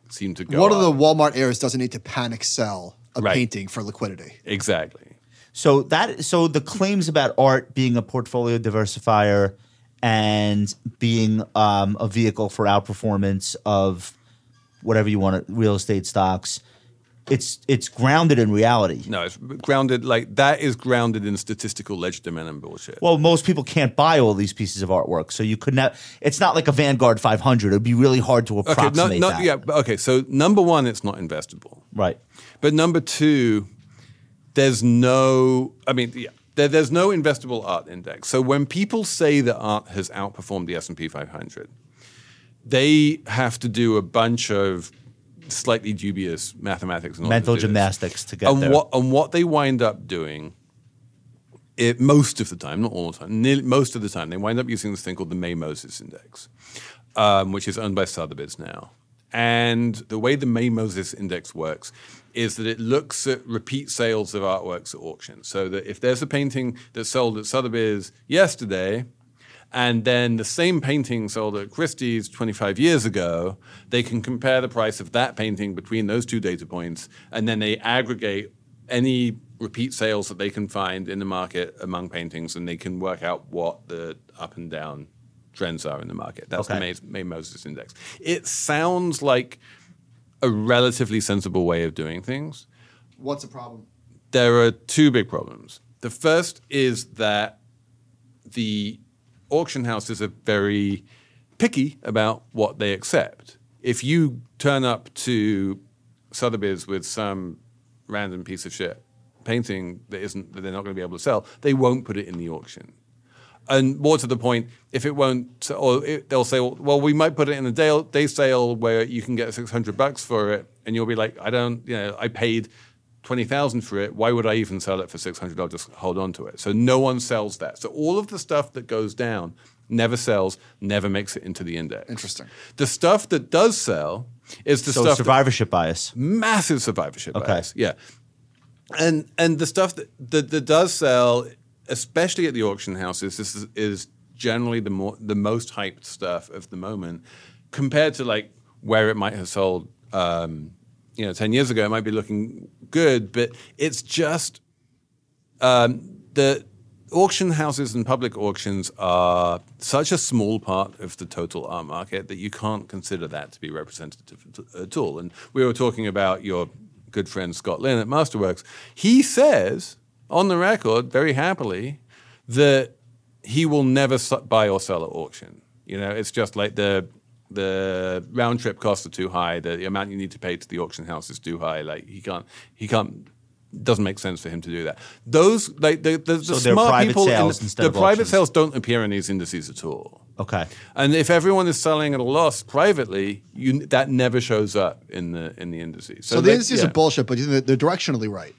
seem to go. One of up. the Walmart heirs doesn't need to panic sell a Right. painting for liquidity. exactly. So that so the claims about art being a portfolio diversifier and being um, a vehicle for outperformance of whatever you want to real estate stocks, it's it's grounded in reality. No, it's grounded like that is grounded in statistical legerdemain and bullshit. Well, most people can't buy all these pieces of artwork, so you could not. It's not like a Vanguard 500. It'd be really hard to okay, approximate no, no, that. yeah, but- okay. So number one, it's not investable. Right. But number two, there's no, I mean, yeah, there, there's no investable art index. So when people say that art has outperformed the S&P 500, they have to do a bunch of slightly dubious mathematics and Mental gymnastics to get and there. What, and what they wind up doing, it, most of the time, not all the time, nearly, most of the time, they wind up using this thing called the May Moses Index, um, which is owned by Sotheby's now. And the way the May Moses Index works is that it looks at repeat sales of artworks at auction. So that if there's a painting that sold at Sotheby's yesterday, and then the same painting sold at Christie's 25 years ago, they can compare the price of that painting between those two data points, and then they aggregate any repeat sales that they can find in the market among paintings, and they can work out what the up and down trends are in the market. That's Okay. the May, May Moses Index. It sounds like a relatively sensible way of doing things What's the problem? there are two big problems. The first is that the auction houses are very picky about what they accept. If you turn up to Sotheby's with some random piece of shit painting that isn't that they're not going to be able to sell, they won't put it in the auction. And more to the point, if it won't, or it, they'll say, "Well, we might put it in a day, day sale where you can get six hundred bucks for it," and you'll be like, "I don't, you know, I paid twenty thousand for it. Why would I even sell it for six hundred? I'll just hold on to it." So no one sells that. So all of the stuff that goes down never sells, never makes it into the index. Interesting. The stuff that does sell is the So stuff that- survivorship bias. massive survivorship Okay. bias. Yeah, and and the stuff that, that that does sell, especially at the auction houses, this is, is generally the more the most hyped stuff of the moment, compared to like where it might have sold. Um, you know, ten years ago, it might be looking good, but it's just the auction houses and public auctions are such a small part of the total art market that you can't consider that to be representative at- at all. And we were talking about your good friend Scott Lynn at Masterworks. He says on the record, very happily, that he will never s- buy or sell at auction. You know, it's just like the the round trip costs are too high. The, the amount you need to pay to the auction house is too high. Like he can't, he can't. Doesn't make sense for him to do that. Those like the the, the So they're smart private people, in sales the, instead the of private auctions. sales don't appear in these indices at all. Okay. And if everyone is selling at a loss privately, you, that never shows up in the in the indices. So, the they- indices yeah. are bullshit, but you think they're directionally right.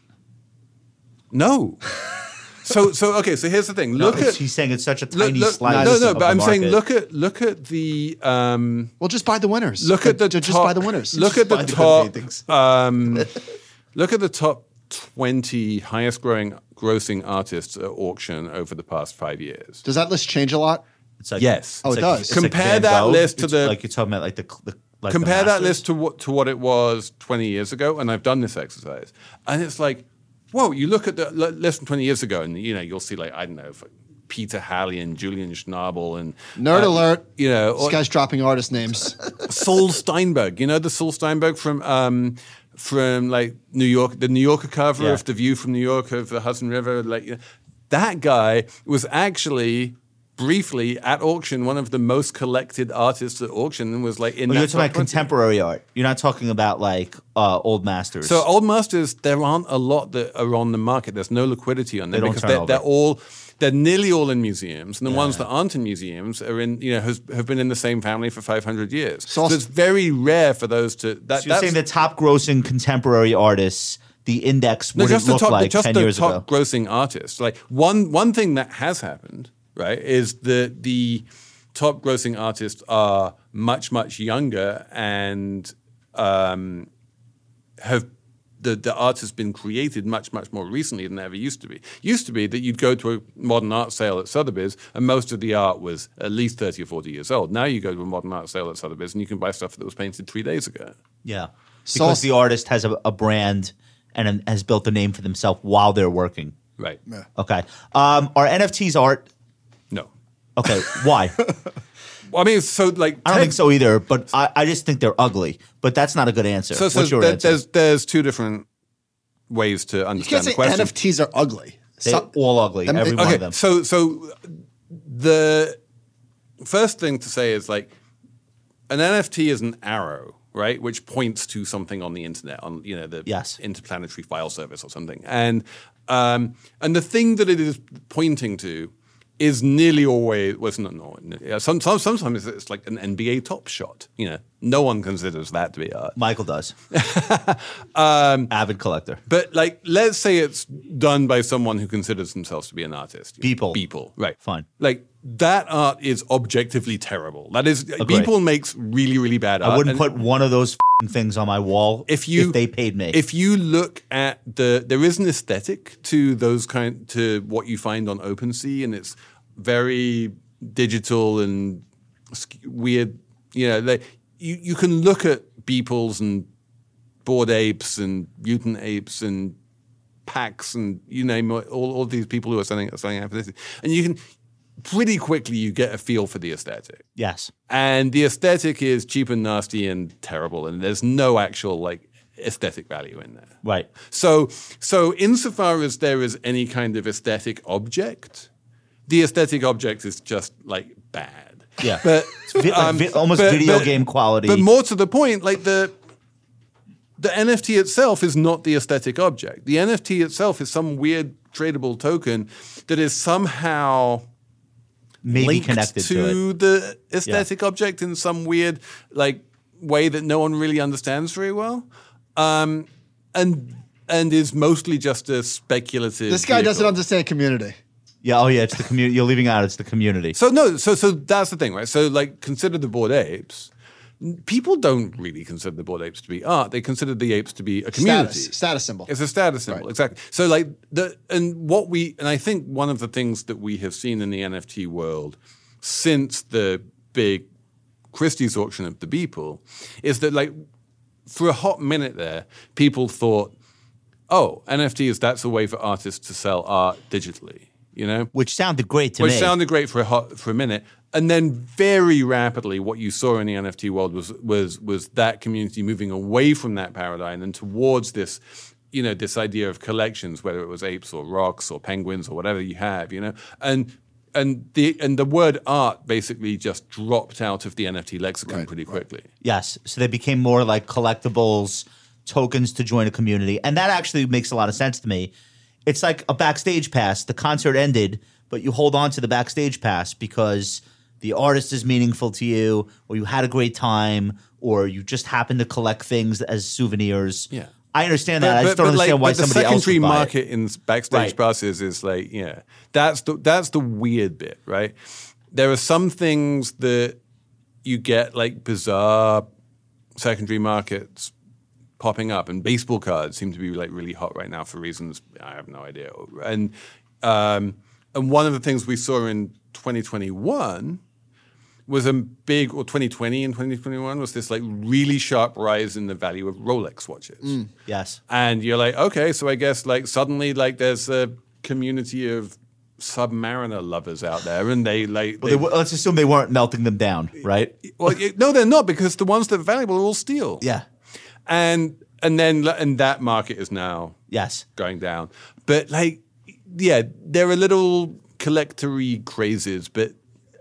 No. so so okay. So here's the thing. Look It's- at he's saying it's such a tiny slice. No, no, of but the I'm saying market. look at look at the um, Well, just buy the winners. look at the Ju- just top- buy the winners. Look at the Buy the good top. paintings. Um, Look at the top 20 highest growing grossing artists at auction over the past five years. Does that list change a lot? It's like, Yes. Oh, it like- does. like Compare Van that Gogh. list to It's the- like you're talking about like the, the like the Compare that masters. list to what to what it was 20 years ago, and I've done this exercise, and it's like, whoa! You look at the l- less than 20 years ago, and you know you'll see like I don't know, Peter Halley and Julian Schnabel and Nerd uh, alert. you know, This or- guy's dropping artist names. Saul Steinberg. You know the Saul Steinberg from um, from like New York, the New Yorker cover Yeah. of the View from New York of the Hudson River. Like you know, that guy was actually briefly at auction one of the most collected artists at auction and was like in. Well, that you're talking top about 20. contemporary art. You're not talking about like uh, old masters. So oh, old masters, there aren't a lot that are on the market. There's no liquidity on them They don't because turn they're, over. they're all they're nearly all in museums, and the ones that aren't in museums are in you know has, have been in the same family for 500 years. So, also- it's very rare for those to. That, So you're saying the top grossing contemporary artists, the index No, would just the look top, like just ten the years top ago. grossing artists. Like one one thing that has happened, right, is that the top grossing artists are much much younger and um, have. The, the art has been created much, much more recently than it ever used to be. Used to be that you'd go to a modern art sale at Sotheby's and most of the art was at least 30 or 40 years old. Now you go to a modern art sale at Sotheby's and you can buy stuff that was painted three days ago. yeah, So- because the artist has a, a brand and an- has built a name for themselves while they're working. Right. Okay, um, are NFTs art? No. Okay, why? Well, I mean, so like. I don't tech- think so either. But I, I just think they're ugly. But that's not a good answer. So, so What's your there- answer? there's there's two different ways to You can't understand say the question. NFTs are ugly. They're So- all ugly. Them- Every okay, one okay, of them. so so the first thing to say is like an NFT is an arrow, right, which points to something on the internet, on you know the Yes. interplanetary file service or something, and um, and the thing that it is pointing to is nearly always was not not yeah, some, some, sometimes it's like an NBA top shot, you know, no one considers that to be art. Michael does. Um, Avid collector. But like, let's say it's done by someone who considers themselves to be an artist. People. people, right? Fine. Like that art is objectively terrible. That is, Agreed. people makes really, really bad art. I wouldn't uh, And put one of those fing things on my wall if you they paid me. If you look at the, there is an aesthetic to those kind to what you find on OpenSea, and it's very digital and sk- weird. You know, they, you you can look at beeples and bored apes and mutant apes and packs and you name it, all, all these people who are selling selling apps, and you can pretty quickly you get a feel for the aesthetic yes. and the aesthetic is cheap and nasty and terrible and there's no actual like aesthetic value in there Right. so so insofar as there is any kind of aesthetic object the aesthetic object is just like bad Yeah. but um, vi- like vi- almost video game quality. but more to the point like the the NFT itself is not the aesthetic object. The NFT itself is some weird tradable token that is somehow Maybe linked connected to, it. the aesthetic object in some weird like way that no one really understands very well, um, and and is mostly just a speculative. this guy doesn't vehicle. understand community. Yeah. Oh, yeah. It's the community. You're leaving out. It's the community. So no, so so that's the thing, right? So like, consider the bored apes. People don't really consider the bored apes to be art. They consider the apes to be a community. Status, status symbol. It's a status symbol, exactly. So like the and what we and I think one of the things that we have seen in the NFT world since the big Christie's auction of the Beeple is that like for a hot minute there, people thought, oh, NFTs that's a way for artists to sell art digitally, you know? which sounded great to Which me. sounded great for a hot, for a minute, and then very rapidly, what you saw in the NFT world was was was that community moving away from that paradigm and towards this, you know, this idea of collections, whether it was apes or rocks or penguins or whatever you have, you know, and and the and the word art basically just dropped out of the NFT lexicon pretty quickly. yes. So they became more like collectibles, tokens to join a community, and that actually makes a lot of sense to me. It's like a backstage pass. The concert ended, but you hold on to the backstage pass because the artist is meaningful to you, or you had a great time, or you just happen to collect things as souvenirs. Yeah. I understand that. I just don't like, understand why but the somebody else secondary would buy it. market in s- backstage Right. passes is like, yeah, that's the that's the weird bit, right? There are some things that you get like bizarre secondary markets popping up, and baseball cards seem to be like really hot right now for reasons I have no idea. And um, and one of the things we saw in 2021 was a big, or 2020 and 2021 was this like really sharp rise in the value of Rolex watches Mm. Yes. and you're like, okay, so I guess like suddenly like there's a community of Submariner lovers out there, and they like, Well, they- they, w- let's assume they weren't melting them down, right? well, you- no, they're not because the ones that are valuable are all steel. Yeah. and and then and that market is now Yes. going down, but like, yeah, there are little collectory crazes, but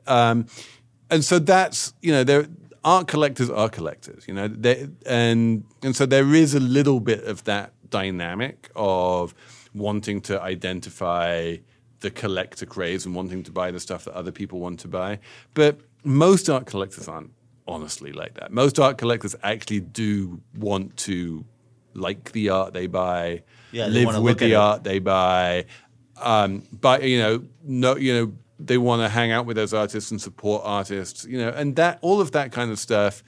um, and so that's you know there art collectors are collectors, you know, they, and and so there is a little bit of that dynamic of wanting to identify the collector craze and wanting to buy the stuff that other people want to buy, but most art collectors aren't honestly like that. Most art collectors actually do want to like the art they buy, Yeah, they live wanna with look at it. the art art uh, they buy, um, but you know, no, you know, they want to hang out with those artists and support artists, you know, and that all of that kind of stuff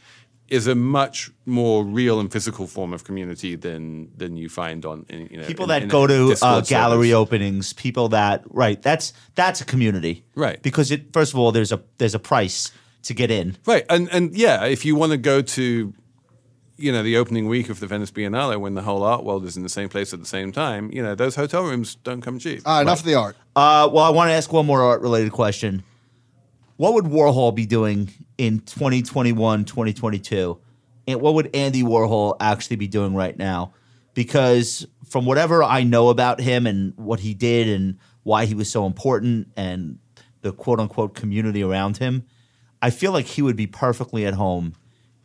is a much more real and physical form of community than than you find on in, you know people in- that in go to Discord uh, gallery servers. openings, people that right. That's that's a community, Right. Because it first of all, there's a there's a price to get in. Right, and and yeah, if you want to go to, you know, the opening week of the Venice Biennale when the whole art world is in the same place at the same time, you know, those hotel rooms don't come cheap. All right, enough of the art. Uh, well, I want to ask one more art related question. What would Warhol be doing in 2021, 2022? And what would Andy Warhol actually be doing right now? Because from whatever I know about him and what he did and why he was so important and the quote unquote community around him, I feel like he would be perfectly at home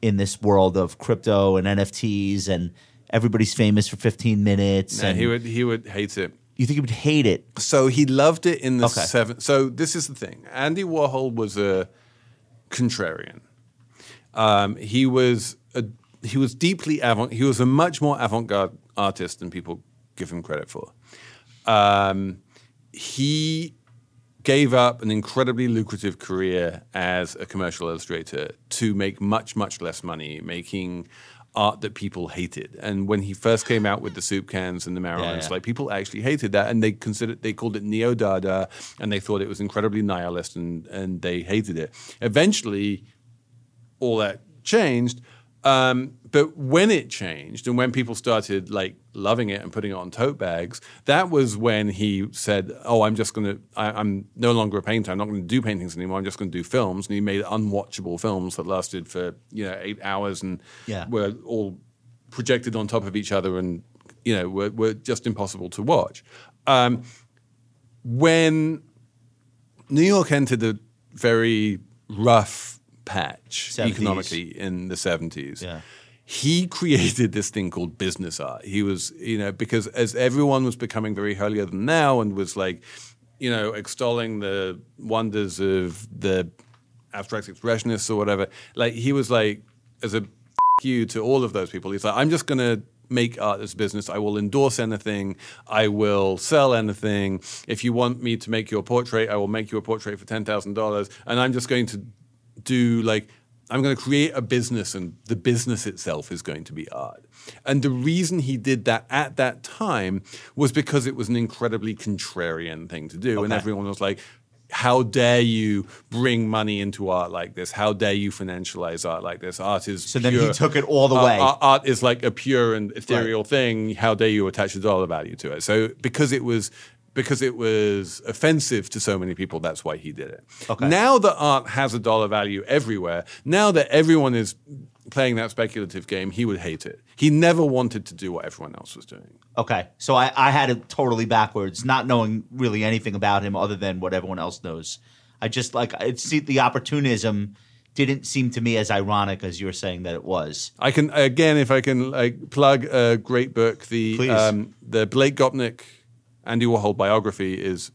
in this world of crypto and NFTs and everybody's famous for 15 minutes. Yeah, and he would he would hate it. you think he would hate it? So he loved it in the Okay. seven. So this is the thing. Andy Warhol was a contrarian. Um, he was a, he was deeply avant. He was a much more avant-garde artist than people give him credit for. Um, he gave up an incredibly lucrative career as a commercial illustrator to make much, much less money making art that people hated. And when he first came out with the soup cans and the Marilyn's, yeah. like people actually hated that, and they considered they called it neo Dada, and they thought it was incredibly nihilist, and and they hated it. Eventually, all that changed. Um, but when it changed and when people started like loving it and putting it on tote bags, that was when he said, "Oh, I'm just going to. I'm no longer a painter. I'm not going to do paintings anymore. I'm just going to do films." And he made unwatchable films that lasted for you know eight hours and Yeah. were all projected on top of each other and you know were, were just impossible to watch. Um, when New York entered a very rough patch 70s. economically in the 70s. Yeah. He created this thing called business art. He was, you know, because as everyone was becoming very holier than now and was like, you know, extolling the wonders of the abstract expressionists or whatever, like he was like, as a f- you to all of those people, he's like, I'm just going to make art as a business. I will endorse anything. I will sell anything. If you want me to make you a portrait, I will make you a portrait for $10,000. And I'm just going to do like I'm going to create a business, and the business itself is going to be art. And the reason he did that at that time was because it was an incredibly contrarian thing to do, and Okay. everyone was like. How dare you bring money into art like this? How dare you financialize art like this? Art is So then he took it all the Art- way. Art, art is like a pure and ethereal thing. How dare you attach a dollar value to it? So because it was because it was offensive to so many people, that's why he did it. Okay. Now that art has a dollar value everywhere, now that everyone is playing that speculative game, he would hate it. He never wanted to do what everyone else was doing. Okay, so I, I had it totally backwards, not knowing really anything about him other than what everyone else knows. I just like it. See, the opportunism didn't seem to me as ironic as you're saying that it was. I can again, if I can like plug a great book. The Please. um, the Blake Gopnik Andy Warhol biography is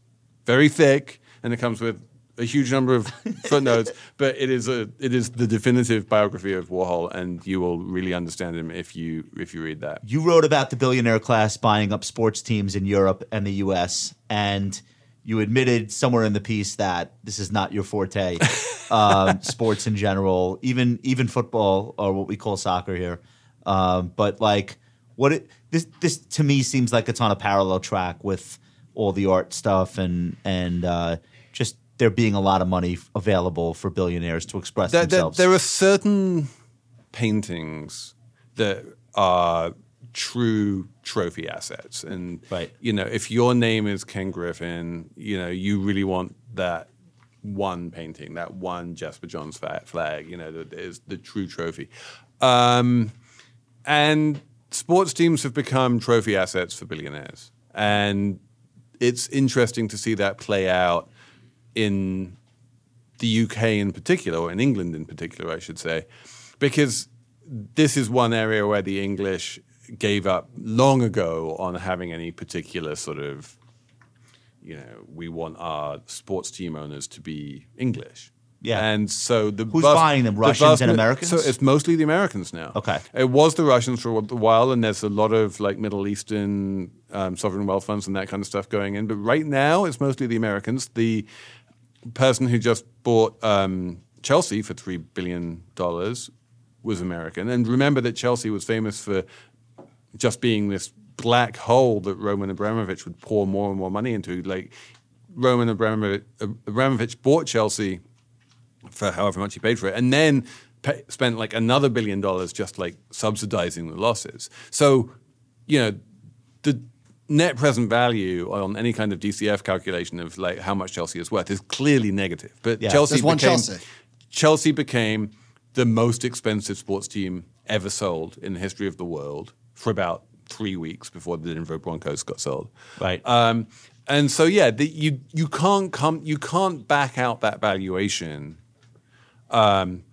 very thick, and it comes with a huge number of footnotes. but it is a it is the definitive biography of Warhol, and you will really understand him if you if you read that. You wrote about the billionaire class buying up sports teams in Europe and the U.S., and you admitted somewhere in the piece that this is not your forte, um, sports in general, even even football or what we call soccer here. Um, but like, what it, this this to me seems like it's on a parallel track with all the art stuff and and uh, just there being a lot of money f- available for billionaires to express there, there, themselves. there are certain paintings that are true trophy assets and Right. you know if your name is ken griffin you know you really want that one painting that one jasper johns fa- flag you know that is the true trophy um, and sports teams have become trophy assets for billionaires and it's interesting to see that play out in the UK in particular, or in England in particular, I should say, because this is one area where the English gave up long ago on having any particular sort of, you know, we want our sports team owners to be English. Yeah. And so the Who's buying them, Russians and Americans? So it's mostly the Americans now. Okay. It was the Russians for a while, and there's a lot of like Middle Eastern um, sovereign wealth funds and that kind of stuff going in. But right now, it's mostly the Americans. The person who just bought um, Chelsea for three billion dollars was American, and remember that Chelsea was famous for just being this black hole that Roman Abramovich would pour more and more money into. Like Roman Abramovich, Abramovich bought Chelsea for however much he paid for it, and then pa spent like another billion dollars just like subsidizing the losses. So, you know, the net present value on any kind of DCF calculation of like how much Chelsea is worth is clearly negative. But Yeah. Chelsea There's one became, Chelsea. Chelsea became the most expensive sports team ever sold in the history of the world for about three weeks before the Denver Broncos got sold. Right. Um, and so yeah, the, you you can't come you can't back out that valuation um,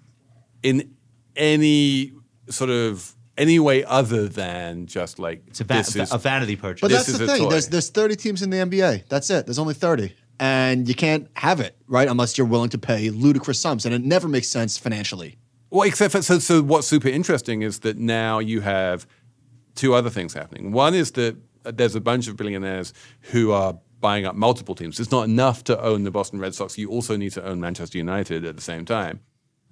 in any sort of any way other than just like it's a, va- this is a vanity purchase. But This that's is the a thing. toy. There's there's 30 teams in the NBA. That's it. There's only 30, and you can't have it right unless you're willing to pay ludicrous sums, and it never makes sense financially. Well, except for so, so what's super interesting is that now you have two other things happening. One is that there's a bunch of billionaires who are buying up multiple teams. It's not enough to own the Boston Red Sox. You also need to own Manchester United at the same time.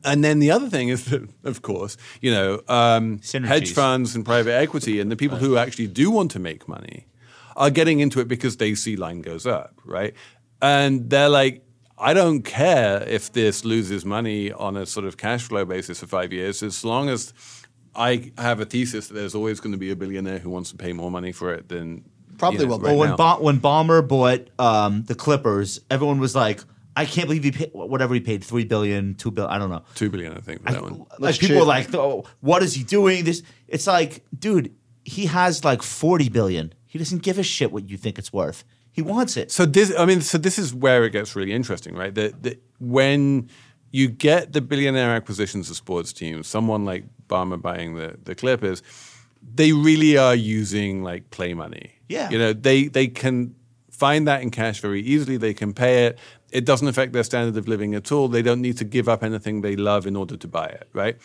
And then the other thing is that, of course, you know, um, Synergies. hedge funds and private equity and the people who actually do want to make money are getting into it because they see line goes up, right? And they're like, I don't care if this loses money on a sort of cash flow basis for five years, as long as I have a thesis that there's always going to be a billionaire who wants to pay more money for it than Probably you know, will be. right Well, when now. ba- when Bomber bought um, the Clippers, everyone was like, "I can't believe he paid whatever he paid three billion, two billion, I don't know." two billion, I think, for that one. Like Let's people cheer. were like, "Oh, what is he doing?" This it's like, dude, he has like forty billion. He doesn't give a shit what you think it's worth. He wants it. So this, I mean, so this is where it gets really interesting, right? That that when you get the billionaire acquisitions of sports teams, someone like Barmer buying the the Clippers, they really are using like play money. Yeah. you know, they they can find that in cash very easily. They can pay it. It doesn't affect their standard of living at all. They don't need to give up anything they love in order to buy it, right?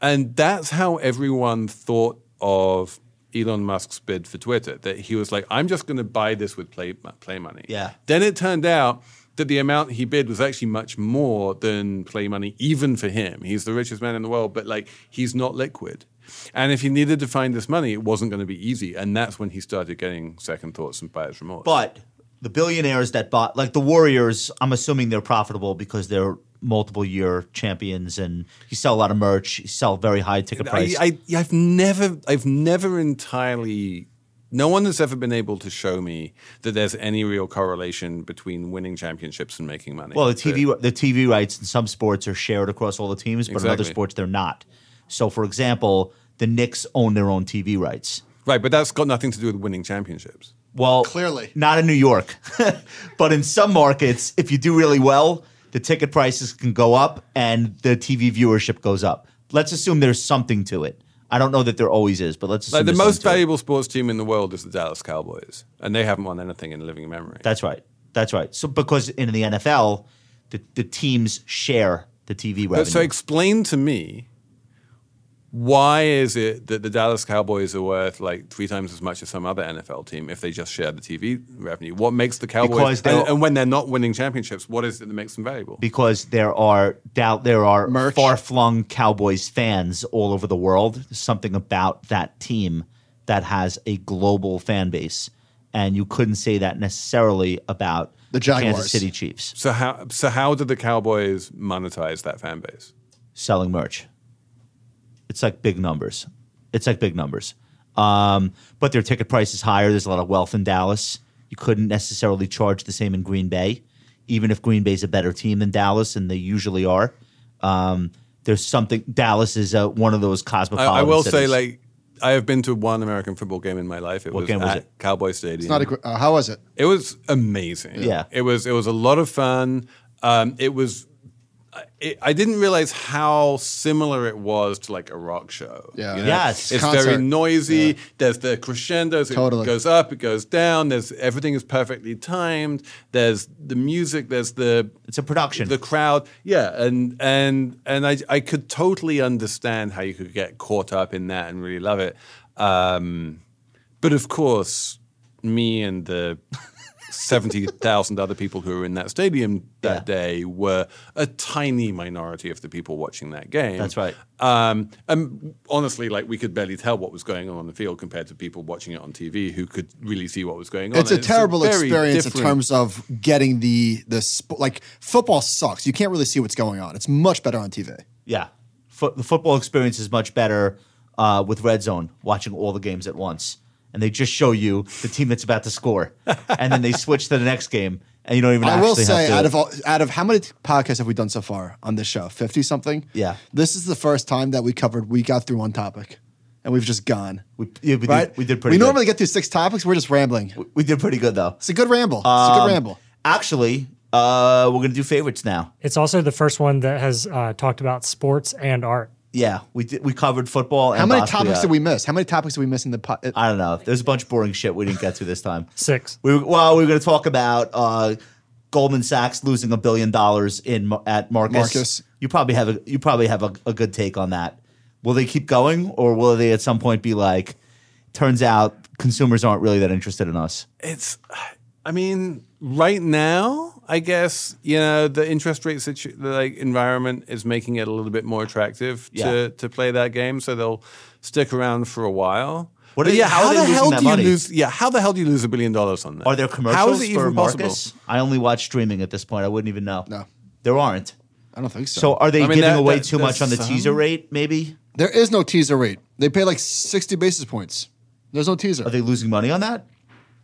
And that's how everyone thought of Elon Musk's bid for Twitter. That he was like, "I'm just going to buy this with play play money." Yeah. Then it turned out that the amount he bid was actually much more than play money, even for him. He's the richest man in the world, but like he's not liquid. And if he needed to find this money, it wasn't going to be easy. And that's when he started getting second thoughts and buyer's remorse. But the billionaires that bought, like the Warriors, I'm assuming they're profitable because they're multiple year champions and you sell a lot of merch, you sell very high ticket I, price. I, I've never, I've never entirely. No one has ever been able to show me that there's any real correlation between winning championships and making money. Well, the TV the TV rights in some sports are shared across all the teams, but in other Exactly. sports they're not. So, for example, the Knicks own their own TV rights. right, but that's got nothing to do with winning championships. Well, Clearly. not in New York, but in some markets, if you do really well, the ticket prices can go up and the TV viewership goes up. Let's assume there's something to it. I don't know that there always is, but let's assume Like the there's most something to it. valuable sports team in the world is the Dallas Cowboys, and they haven't won anything in living memory. That's right. That's right. So because in the NFL, the, the teams share the TV revenue. But so explain to me why is it that the Dallas Cowboys are worth like three times as much as some other NFL team if they just share the TV revenue? What makes the Cowboys Because they're- and, and when they're not winning championships, what is it that makes them valuable? because there are doubt there are Merch. far-flung Cowboys fans all over the world. There's something about that team that has a global fan base, and you couldn't say that necessarily about The Kansas Jaguars. City Chiefs So how so how do the Cowboys monetize that fan base? selling merch. It's like big numbers. It's like big numbers. Um, but their ticket price is higher. There's a lot of wealth in Dallas. You couldn't necessarily charge the same in Green Bay, even if Green Bay's a better team than Dallas, and they usually are. Um, there's something. Dallas is uh, one of those I, cosmopolitan. I will say, cities. like, I have been to one American football game in my life. It What was game was at it? Cowboy Stadium. It's not a, gr- uh, how was it? It was amazing. Yeah. It was it was a lot of fun. Um, it was it, I didn't realize how similar it was to like a rock show. Yeah. Yes. It's Concert. very noisy. There's the crescendos. Totally. It goes up, it goes down. There's everything is perfectly timed. There's the music, there's the it's a production. the crowd. Yeah, and and and I I could totally understand how you could get caught up in that and really love it. Um, but of course, me and the seventy thousand other people who were in that stadium that Yeah. day were a tiny minority of the people watching that game. That's right. Um, and honestly, like we could barely tell what was going on on the field compared to people watching it on TV who could really see what was going on. It's a And terrible very experience in different- terms of getting the the sp- like football sucks. You can't really see what's going on. It's much better on TV. yeah, Fo- the football experience is much better uh, with Red Zone, watching all the games at once, and they just show you the team that's about to score, and then they switch to the next game, and you don't even. I will actually have say, to- out of all, out of how many podcasts have we done so far on this show? Fifty something. Yeah. This is the first time that we covered. We got through one topic, and we've just gone. We, yeah, we, right? did, we did pretty. We good. normally get through six topics. We're just rambling. we did pretty good though. It's a good ramble. it's a Um, good ramble. Actually, uh, we're gonna do favorites now. It's also the first one that has uh, talked about sports and art. Yeah, we did, we covered football. And How many Basquiat. topics did we miss? How many topics did we miss in the po- uh, I don't know. There's a bunch of boring shit we didn't get to this time. Six. We were, well, we were gonna talk about uh, Goldman Sachs losing a billion dollars in Mar- at Marcus. Marcus. You probably have a you probably have a, a good take on that. Will they keep going, or will they at some point be like, turns out consumers aren't really that interested in us? it's i mean right now i guess you know the interest rate situ- the, like environment is making it a little bit more attractive Yeah. to to play that game so they'll stick around for a while What But are- yeah how are how, they the losing hell that do you money? lose yeah how the hell do you lose a billion dollars on that Are there commercials how is it even for possible Marcus? I only watch streaming at this point. I wouldn't even know. No. there aren't. I don't think so. So are they I mean, giving that- away that- too much on the that's some- teaser rate? Maybe there is no teaser rate. They pay like sixty basis points. There's no teaser. are they losing money on that?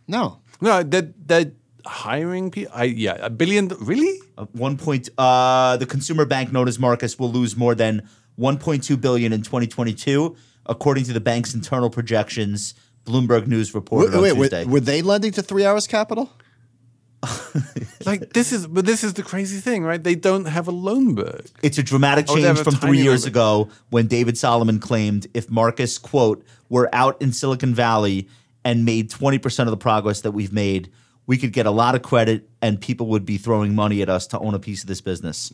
no. no they're, they're hiring people I, yeah a billion really Uh, One point. Uh, the consumer bank noticed Marcus will lose more than 1.2 billion in 2022, according to the bank's internal projections. Bloomberg News reported Wait, wait, on were- Tuesday. were they lending to Three Hours Capital? like this is but this is the crazy thing right they don't have a loan book it's a dramatic Oh, they change have a from three tiny years limit. ago when David Solomon claimed if Marcus, quote, were out in Silicon Valley and made 20% of the progress that we've made, we could get a lot of credit and people would be throwing money at us to own a piece of this business.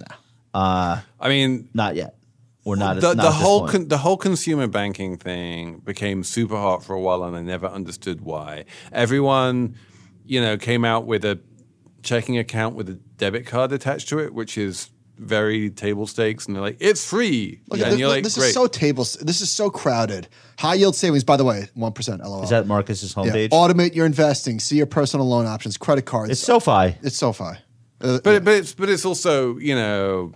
i mean Not yet. Or not, the, not at the this whole point. con- the whole consumer banking thing became super hot for a while, and I never understood why. Everyone, you know, came out with a checking account with a debit card attached to it, which is very table stakes, and they're like, "It's free," Look, Yeah, at and this, you're like, this "Great." is so tables. This is so crowded. High yield savings, by the way, one percent. LOL. Is that Marcus's Yeah. homepage? Automate your investing. See your personal loan options, credit cards. It's SoFi. It's SoFi. Uh, but it- but it's but it's also you know.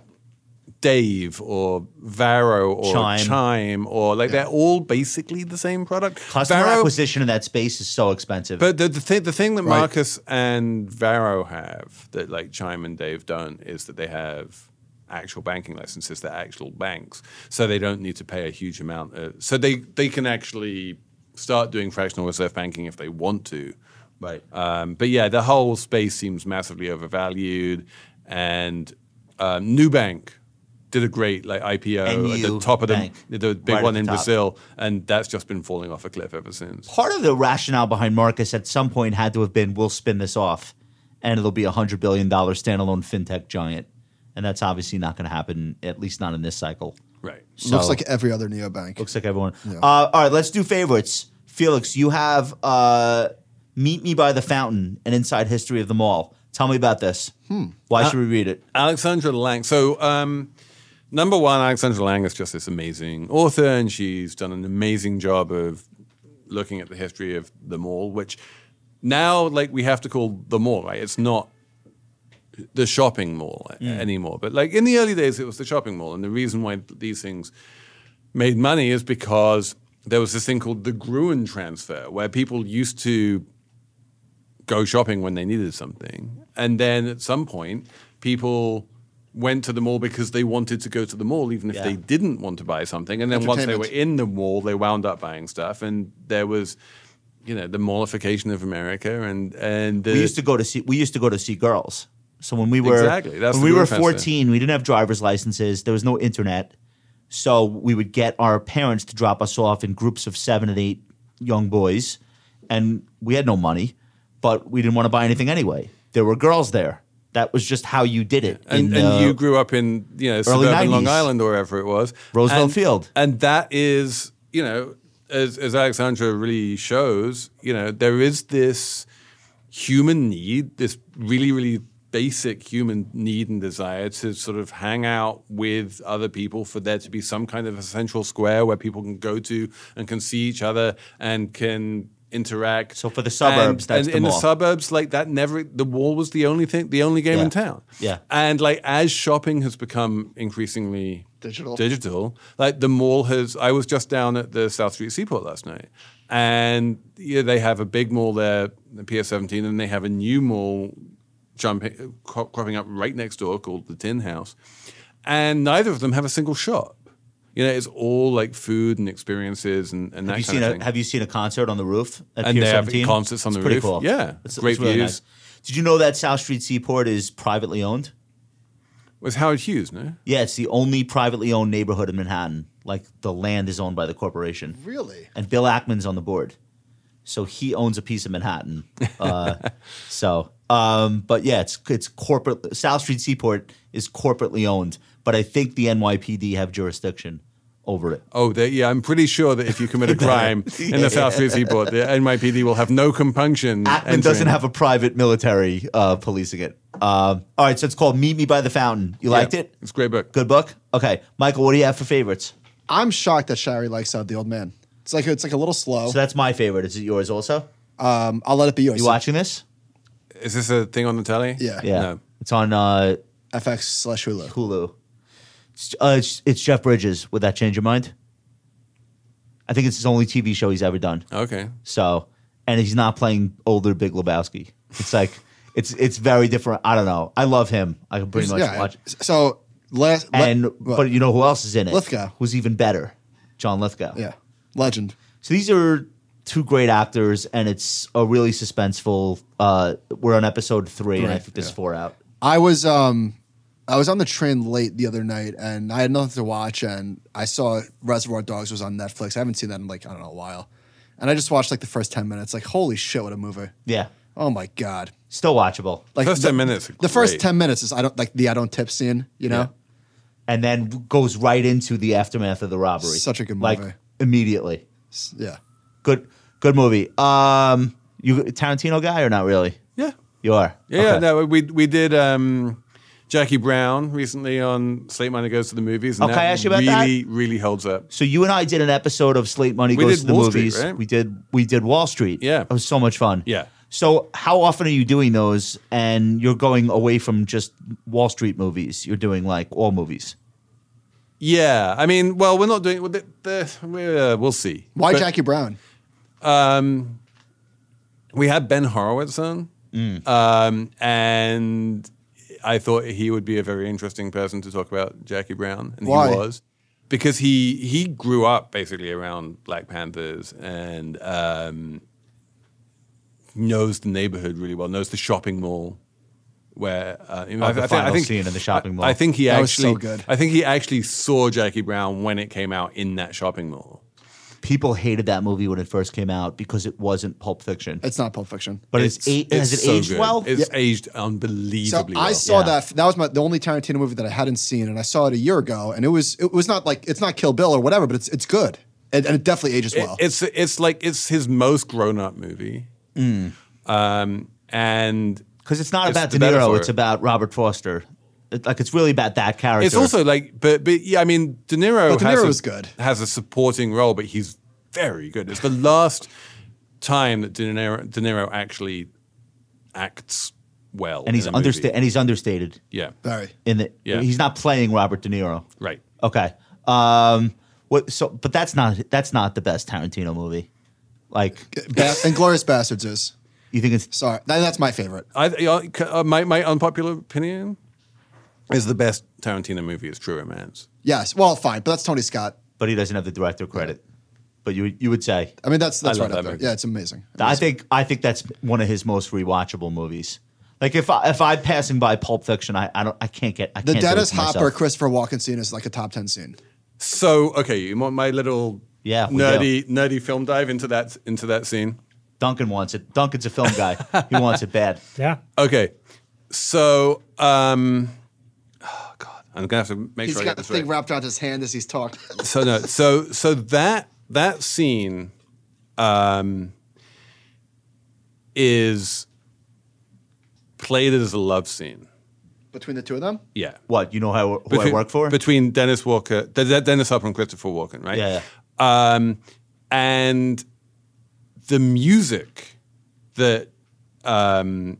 Dave or Varo or Chime. Chime, or like they're all basically the same product. Customer Varo- acquisition in that space is so expensive. But the, the thing the thing that Right. Marcus and Varro have that like Chime and Dave don't is that they have actual banking licenses. They're actual banks, so they don't need to pay a huge amount. uh so they they can actually start doing fractional reserve banking if they want to. right. Um, but yeah, the whole space seems massively overvalued, and um, Nubank did a great like IPO at NU the top of Bank, the the big right at one the in top. Brazil, and that's just been falling off a cliff ever since. part of the rationale behind Marcus at some point had to have been we'll spin this off and it'll be a $100 billion standalone fintech giant. and that's obviously not going to happen, at least not in this cycle. Right. So- Looks like every other neobank. Looks like everyone. Uh, all right, let's do favorites. Felix, you have uh, "Meet Me by the Fountain: An Inside History of the Mall." Tell me about this. Hmm. Why Uh, should we read it? Alexandra Lang. So, um, number one, Alexandra Lang is just this amazing author, and she's done an amazing job of looking at the history of the mall, which now, like, we have to call the mall, right? It's not the shopping mall Mm. anymore. But, like, in the early days, it was the shopping mall. And the reason why these things made money is because there was this thing called the Gruen transfer, where people used to go shopping when they needed something. And then at some point, people went to the mall because they wanted to go to the mall, even if Yeah. they didn't want to buy something. And then once they were Entertainment. in the mall, they wound up buying stuff. And there was, you know, the mallification of America. And, and the, We used to go to see. We used to go to see girls. So when we were Exactly, that's when the we Gruen were transfer. fourteen, we didn't have driver's licenses. There was no internet, so we would get our parents to drop us off in groups of seven and eight young boys, and we had no money, but we didn't want to buy anything anyway. There were girls there. That was just how you did it. and, in and the- you grew up in you know suburban 90s. Long Island or wherever it was, Roosevelt And- Field. and that is you know as as Alexandra really shows, you know there is this human need, this really really basic human need and desire to sort of hang out with other people for there to be some kind of a central square where people can go to and can see each other and can interact So for the suburbs, And- that's and the in the mall. suburbs like that never the wall was the only thing the only game in Yeah. town Yeah. and like as shopping has become increasingly Digital. digital, like the mall has. I was just down at the South Street Seaport last night, and yeah, they have a big mall there, the PS Seventeen, and they have a new mall jumping cro- cropping up right next door called the Tin House, and neither of them have a single shop. You know, it's all like food and experiences and, and that Have you kind seen of a thing. Have you seen a concert on the roof? At And Pier they have 17? concerts on It's the pretty roof. Cool. Yeah. Great views. nice. Did you know that South Street Seaport is privately owned? it was Howard Hughes, no? Yeah, it's the only privately owned neighborhood in Manhattan. Like the land is owned by the corporation, Really? and Bill Ackman's on the board, so he owns a piece of Manhattan. Uh, so, um, but yeah, it's it's corporate. South Street Seaport is corporately owned, but I think the NYPD have jurisdiction over it. Oh, they, yeah, I'm pretty sure that if you commit a crime in the South Street Seaport, the NYPD will have no compunction. Ackman doesn't entering. have a private military uh, policing it. Um, all right, so it's called Meet Me by the Fountain. You liked Yeah, it? It's a great book. Good book. Okay, Michael, what do you have for favorites? I'm shocked that Shari likes out the old man. It's like it's like a little slow. So that's my favorite. Is it yours also? Um, I'll let it be yours. You watching this? Is this a thing on the telly? Yeah. Yeah, No. it's on uh, FX slash Hulu. Hulu. It's, uh, it's, it's Jeff Bridges. Would that change your mind? I think it's his only TV show he's ever done. Okay. So, and he's not playing older Big Lebowski. It's like it's it's very different. I don't know. I love him. I can pretty much watch. So last le- And well, but you know who else is in it? Lithgow. who's even better, John Lithgow. yeah, legend. So these are two great actors, and it's a really suspenseful. Uh, we're on episode three, and I Three, think there's yeah. four out. I was um I was on the train late the other night and I had nothing to watch and I saw Reservoir Dogs was on Netflix. I haven't seen that in like I don't know a while. And I just watched like the first 10 minutes like holy shit what a movie. Yeah, Oh my god. still watchable. Like First the, 10 minutes are The first great. 10 minutes is I don't like the I don't tip scene, you know. and then goes right into the aftermath of the robbery. Such a good Like movie. immediately. S- Yeah. Good good movie. Um you a Tarantino guy or not really? Yeah. You are. Yeah. yeah, Okay. No, we we did um, Jackie Brown recently on Slate Money Goes to the Movies. And Oh, that can I ask you about that? really, really holds up. So you and I did an episode of Slate Money We Goes did to the Wall Street, Movies. right? We did we did Wall Street. Yeah. It was so much fun. Yeah. So how often are you doing those and you're going away from just Wall Street movies? You're doing like all movies. Yeah. I mean, well, we're not doing well, the, the, we're, uh, we'll see. Why But, Jackie Brown? Um, we had Ben Horowitz on, Mm. um, and I thought he would be a very interesting person to talk about Jackie Brown, and Why? he was because he he grew up basically around Black Panthers and um, knows the neighborhood really well, knows the shopping mall. Where uh, I, Oh, the I, think, I final think scene in the shopping mall. I, I think he That was actually so good. I think he actually saw Jackie Brown when it came out in that shopping mall. people hated that movie when it first came out because it wasn't Pulp Fiction. It's not Pulp Fiction. But it's, eight, has it so aged good. well? It's aged unbelievably So I well. saw Yeah. that. That was my the only Tarantino movie that I hadn't seen, and I saw it a year ago. And it was it was not like it's not Kill Bill or whatever, but it's it's good, and, and it definitely ages It- well. it's it's like it's his most grown up movie. Um, and Because it's not It's about De the better Niro, for it's it. about Robert Foster. It- like it's really about that character. it's also like, but but yeah, I mean, De Niro, But De has a- Niro's good. has a supporting role, but he's very good. It's the last time that De Niro, De Niro actually acts well, and he's in a movie. understa- and he's understated Yeah, Sorry. in the Yeah. he's not playing Robert De Niro. right. Okay. Um what so but that's not that's not the best Tarantino movie. Like Ba- and Glorious Bastards is you think it's sorry. That, that's my favorite. I, yeah, c- uh, my my unpopular opinion is the best Tarantino movie is True Romance. Yes. Well, fine, but that's Tony Scott. but he doesn't have the director credit. But you you would say I mean, that's that's I right up love that there. movie. Yeah, it's amazing. I think I think that's one of his most rewatchable movies. Like if I if I'm passing by Pulp Fiction, I, I don't I can't get I The can't do it Dennis to Hopper myself. Christopher Walken scene is like a top ten scene. So okay, you want my little Yeah, we nerdy nerdy film dive into that into that scene? Duncan wants it. Duncan's a film guy. he wants it bad. Yeah. Okay, so um, oh God, I'm gonna have to make He's sure I got get the this thing right. wrapped around his hand as he's talking. so no, so so that that scene um, is played as a love scene. Between the two of them, Yeah. What you know how who I work for? Between Dennis Walker, De- De- Dennis Hopper and Christopher Walken, right? Yeah, Um, and the music that um,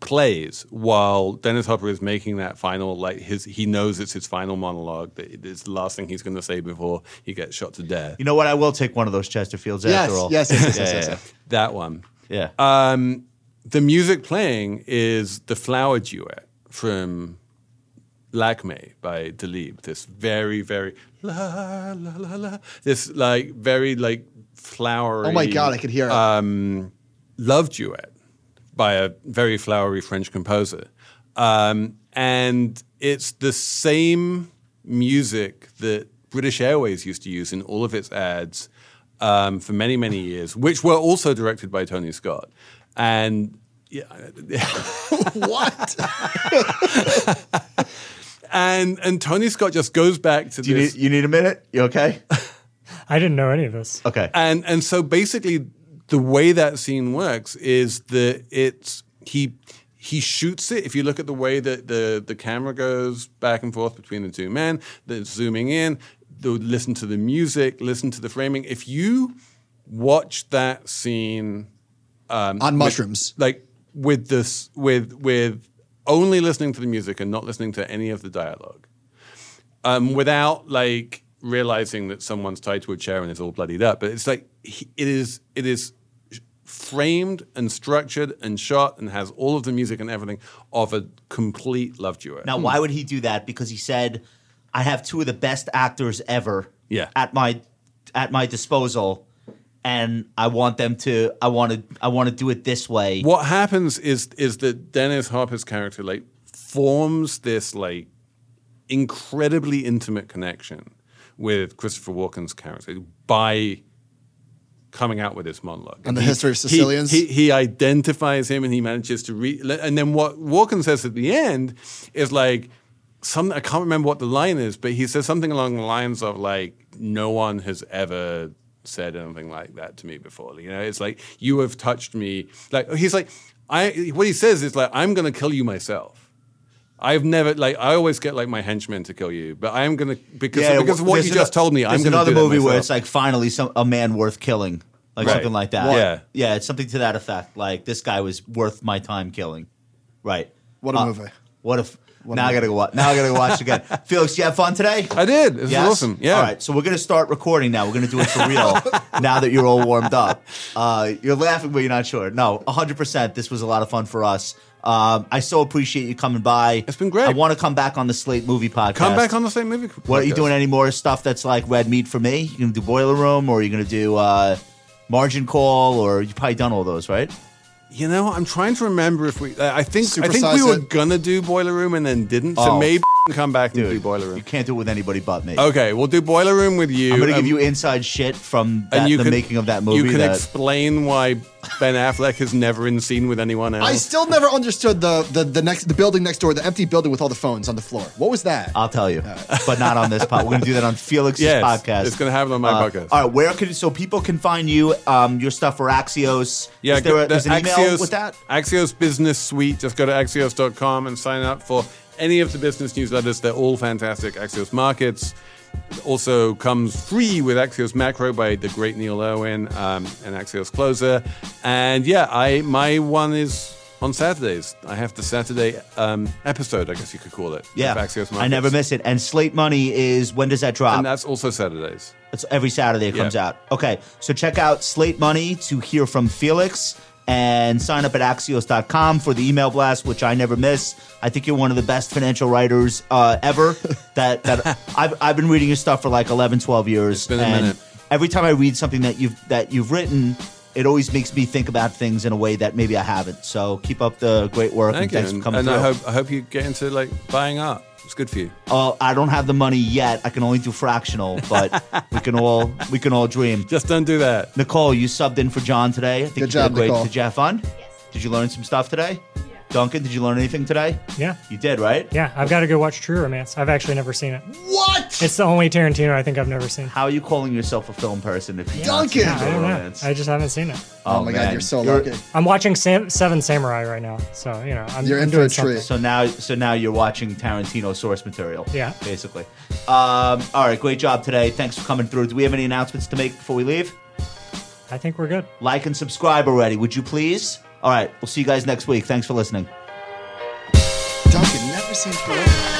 plays while Dennis Hopper is making that final, like his, he knows it's his final monologue. That it is the last thing he's going to say before he gets shot to death. you know what? I will take one of those Chesterfields yes, after all. yes, yes, yes, yeah, yes, yeah, yes, yeah. yes. That one. Yeah. Um, the music playing is the flower duet from Lakme by Dalib. This very, very la la la la. This like very like flowery. Oh my god, I could hear it. um, love duet by a very flowery French composer, um, and it's the same music that British Airways used to use in all of its ads um, for many many years, which were also directed by Tony Scott, and. Yeah, what? and and Tony Scott just goes back to Do you this, need you need a minute? You okay? I didn't know any of this. Okay. and and so basically, the way that scene works is that it's he he shoots it. If you look at the way that the the camera goes back and forth between the two men, the zooming in, the, listen to the music, listen to the framing. If you watch that scene On mushrooms. like with this with with only listening to the music and not listening to any of the dialogue um, without like realizing that someone's tied to a chair and it's all bloodied up but it's like he, it is it is framed and structured and shot and has all of the music and everything of a complete love duet Now, why would he do that? Because he said, "I have two of the best actors ever Yeah. at my at my disposal, and I want them to. I want to. I want to do it this way." what happens is is that Dennis Harper's character like forms this like incredibly intimate connection with Christopher Walken's character by coming out with this monologue And the history of Sicilians? He, he, he identifies him and he manages to read. And then what Walken says at the end is like some. I can't remember what the line is, but he says something along the lines of like, "No one has ever." Said anything like that to me before? You know, it's like you have touched me. Like he's like, I. What he says is like, I'm going to kill you myself. I've never like I always get like my henchmen to kill you, but I'm gonna because because of what there's you ano- just told me. I'm there's gonna another do that movie where myself. it's like finally some a man worth killing, like Right. something like that. What? Yeah. yeah, it's something to that effect. Like this guy was worth my time killing, right? Uh, What a movie. What if? now I gotta go watch. Now I gotta go watch again. Felix, you have fun today? I did. This Yes? is awesome. Yeah. All right. So we're gonna start recording now. We're gonna do it for real. now that you're all warmed up, uh, you're laughing, but you're not sure. No, 100. percent This was a lot of fun for us. Um, I so appreciate you coming by. It's been great. I want to come back on the Slate Movie Podcast. Come back on the same movie. What are you podcast. doing? Any more stuff that's like red meat for me? You gonna do Boiler Room, or you gonna do uh, Margin Call, or you probably done all those, right? You know, I'm trying to remember if we. I I think I think Supersize we were it. gonna do Boiler Room and then didn't. So Oh. maybe come back and do Dude, boiler You room. can't do it with anybody but me. Okay, we'll do boiler room with Oh, you. I'm gonna give and- you inside shit from that, the can- making of that movie. You can that explain why Ben Affleck is never in scene with anyone else. I still never understood the, the the next the building next door, the empty building with all the phones on the floor. What was that? I'll tell you, but not on this pod. We're gonna do that on Felix's Yes, podcast. it's gonna happen on my Uh, podcast. All right, where can so people can find you? Um, your stuff for Axios. is there a, the there's an email Axios- with that. Axios Business Suite. Just go to axios.com and sign up for any of the business newsletters. They're all fantastic. Axios Markets also comes free with Axios Macro by the great Neil Irwin um, and Axios Closer. And yeah, I my one is on Saturdays. I have the Saturday um, episode, I guess you could call it. of Yeah, Axios Markets. I never miss it. And Slate Money is when does that drop? And uh, that's also Saturdays. It's every Saturday it Yeah. comes out. Okay, so check out Slate Money to hear from Felix and sign up at axios.com for the email blast, which I never miss. I think you're one of the best financial writers uh, ever. that that I've, I've been reading your stuff for like 11, 12 years. been a and minute. every time I read something that you've that you've written, it always makes me think about things in a way that maybe I haven't. So keep up the great work and Thank you. thanks for And, coming and through. I hope I hope you get into like buying art. It's good for you. uh, I don't have the money yet. I can only do fractional, but we can all we can all dream. Just don't do that. Nicole, you subbed in for John today. I think Good you job, did great. Nicole. Did you have fun? Yes. Did you learn some stuff today? Duncan, did you learn anything today? Yeah. You did, right? Yeah, I've got to go watch True Romance. I've actually never seen it. what? It's the only Tarantino I think I've never seen. How are you calling yourself a film person if you Duncan! I don't know. I just haven't seen it. oh my god, you're so lucky. I'm watching Sam- Seven Samurai right now, so you know I'm, You're I'm in for doing a treat. something. So now, so now you're watching Tarantino source material. Yeah. basically. Um, all right, great job today. Thanks for coming through. Do we have any announcements to make before we leave? I think we're good. Like and subscribe already, would you please? All right, we'll see you guys next week. Thanks for listening. Duncan never seems to. Oh,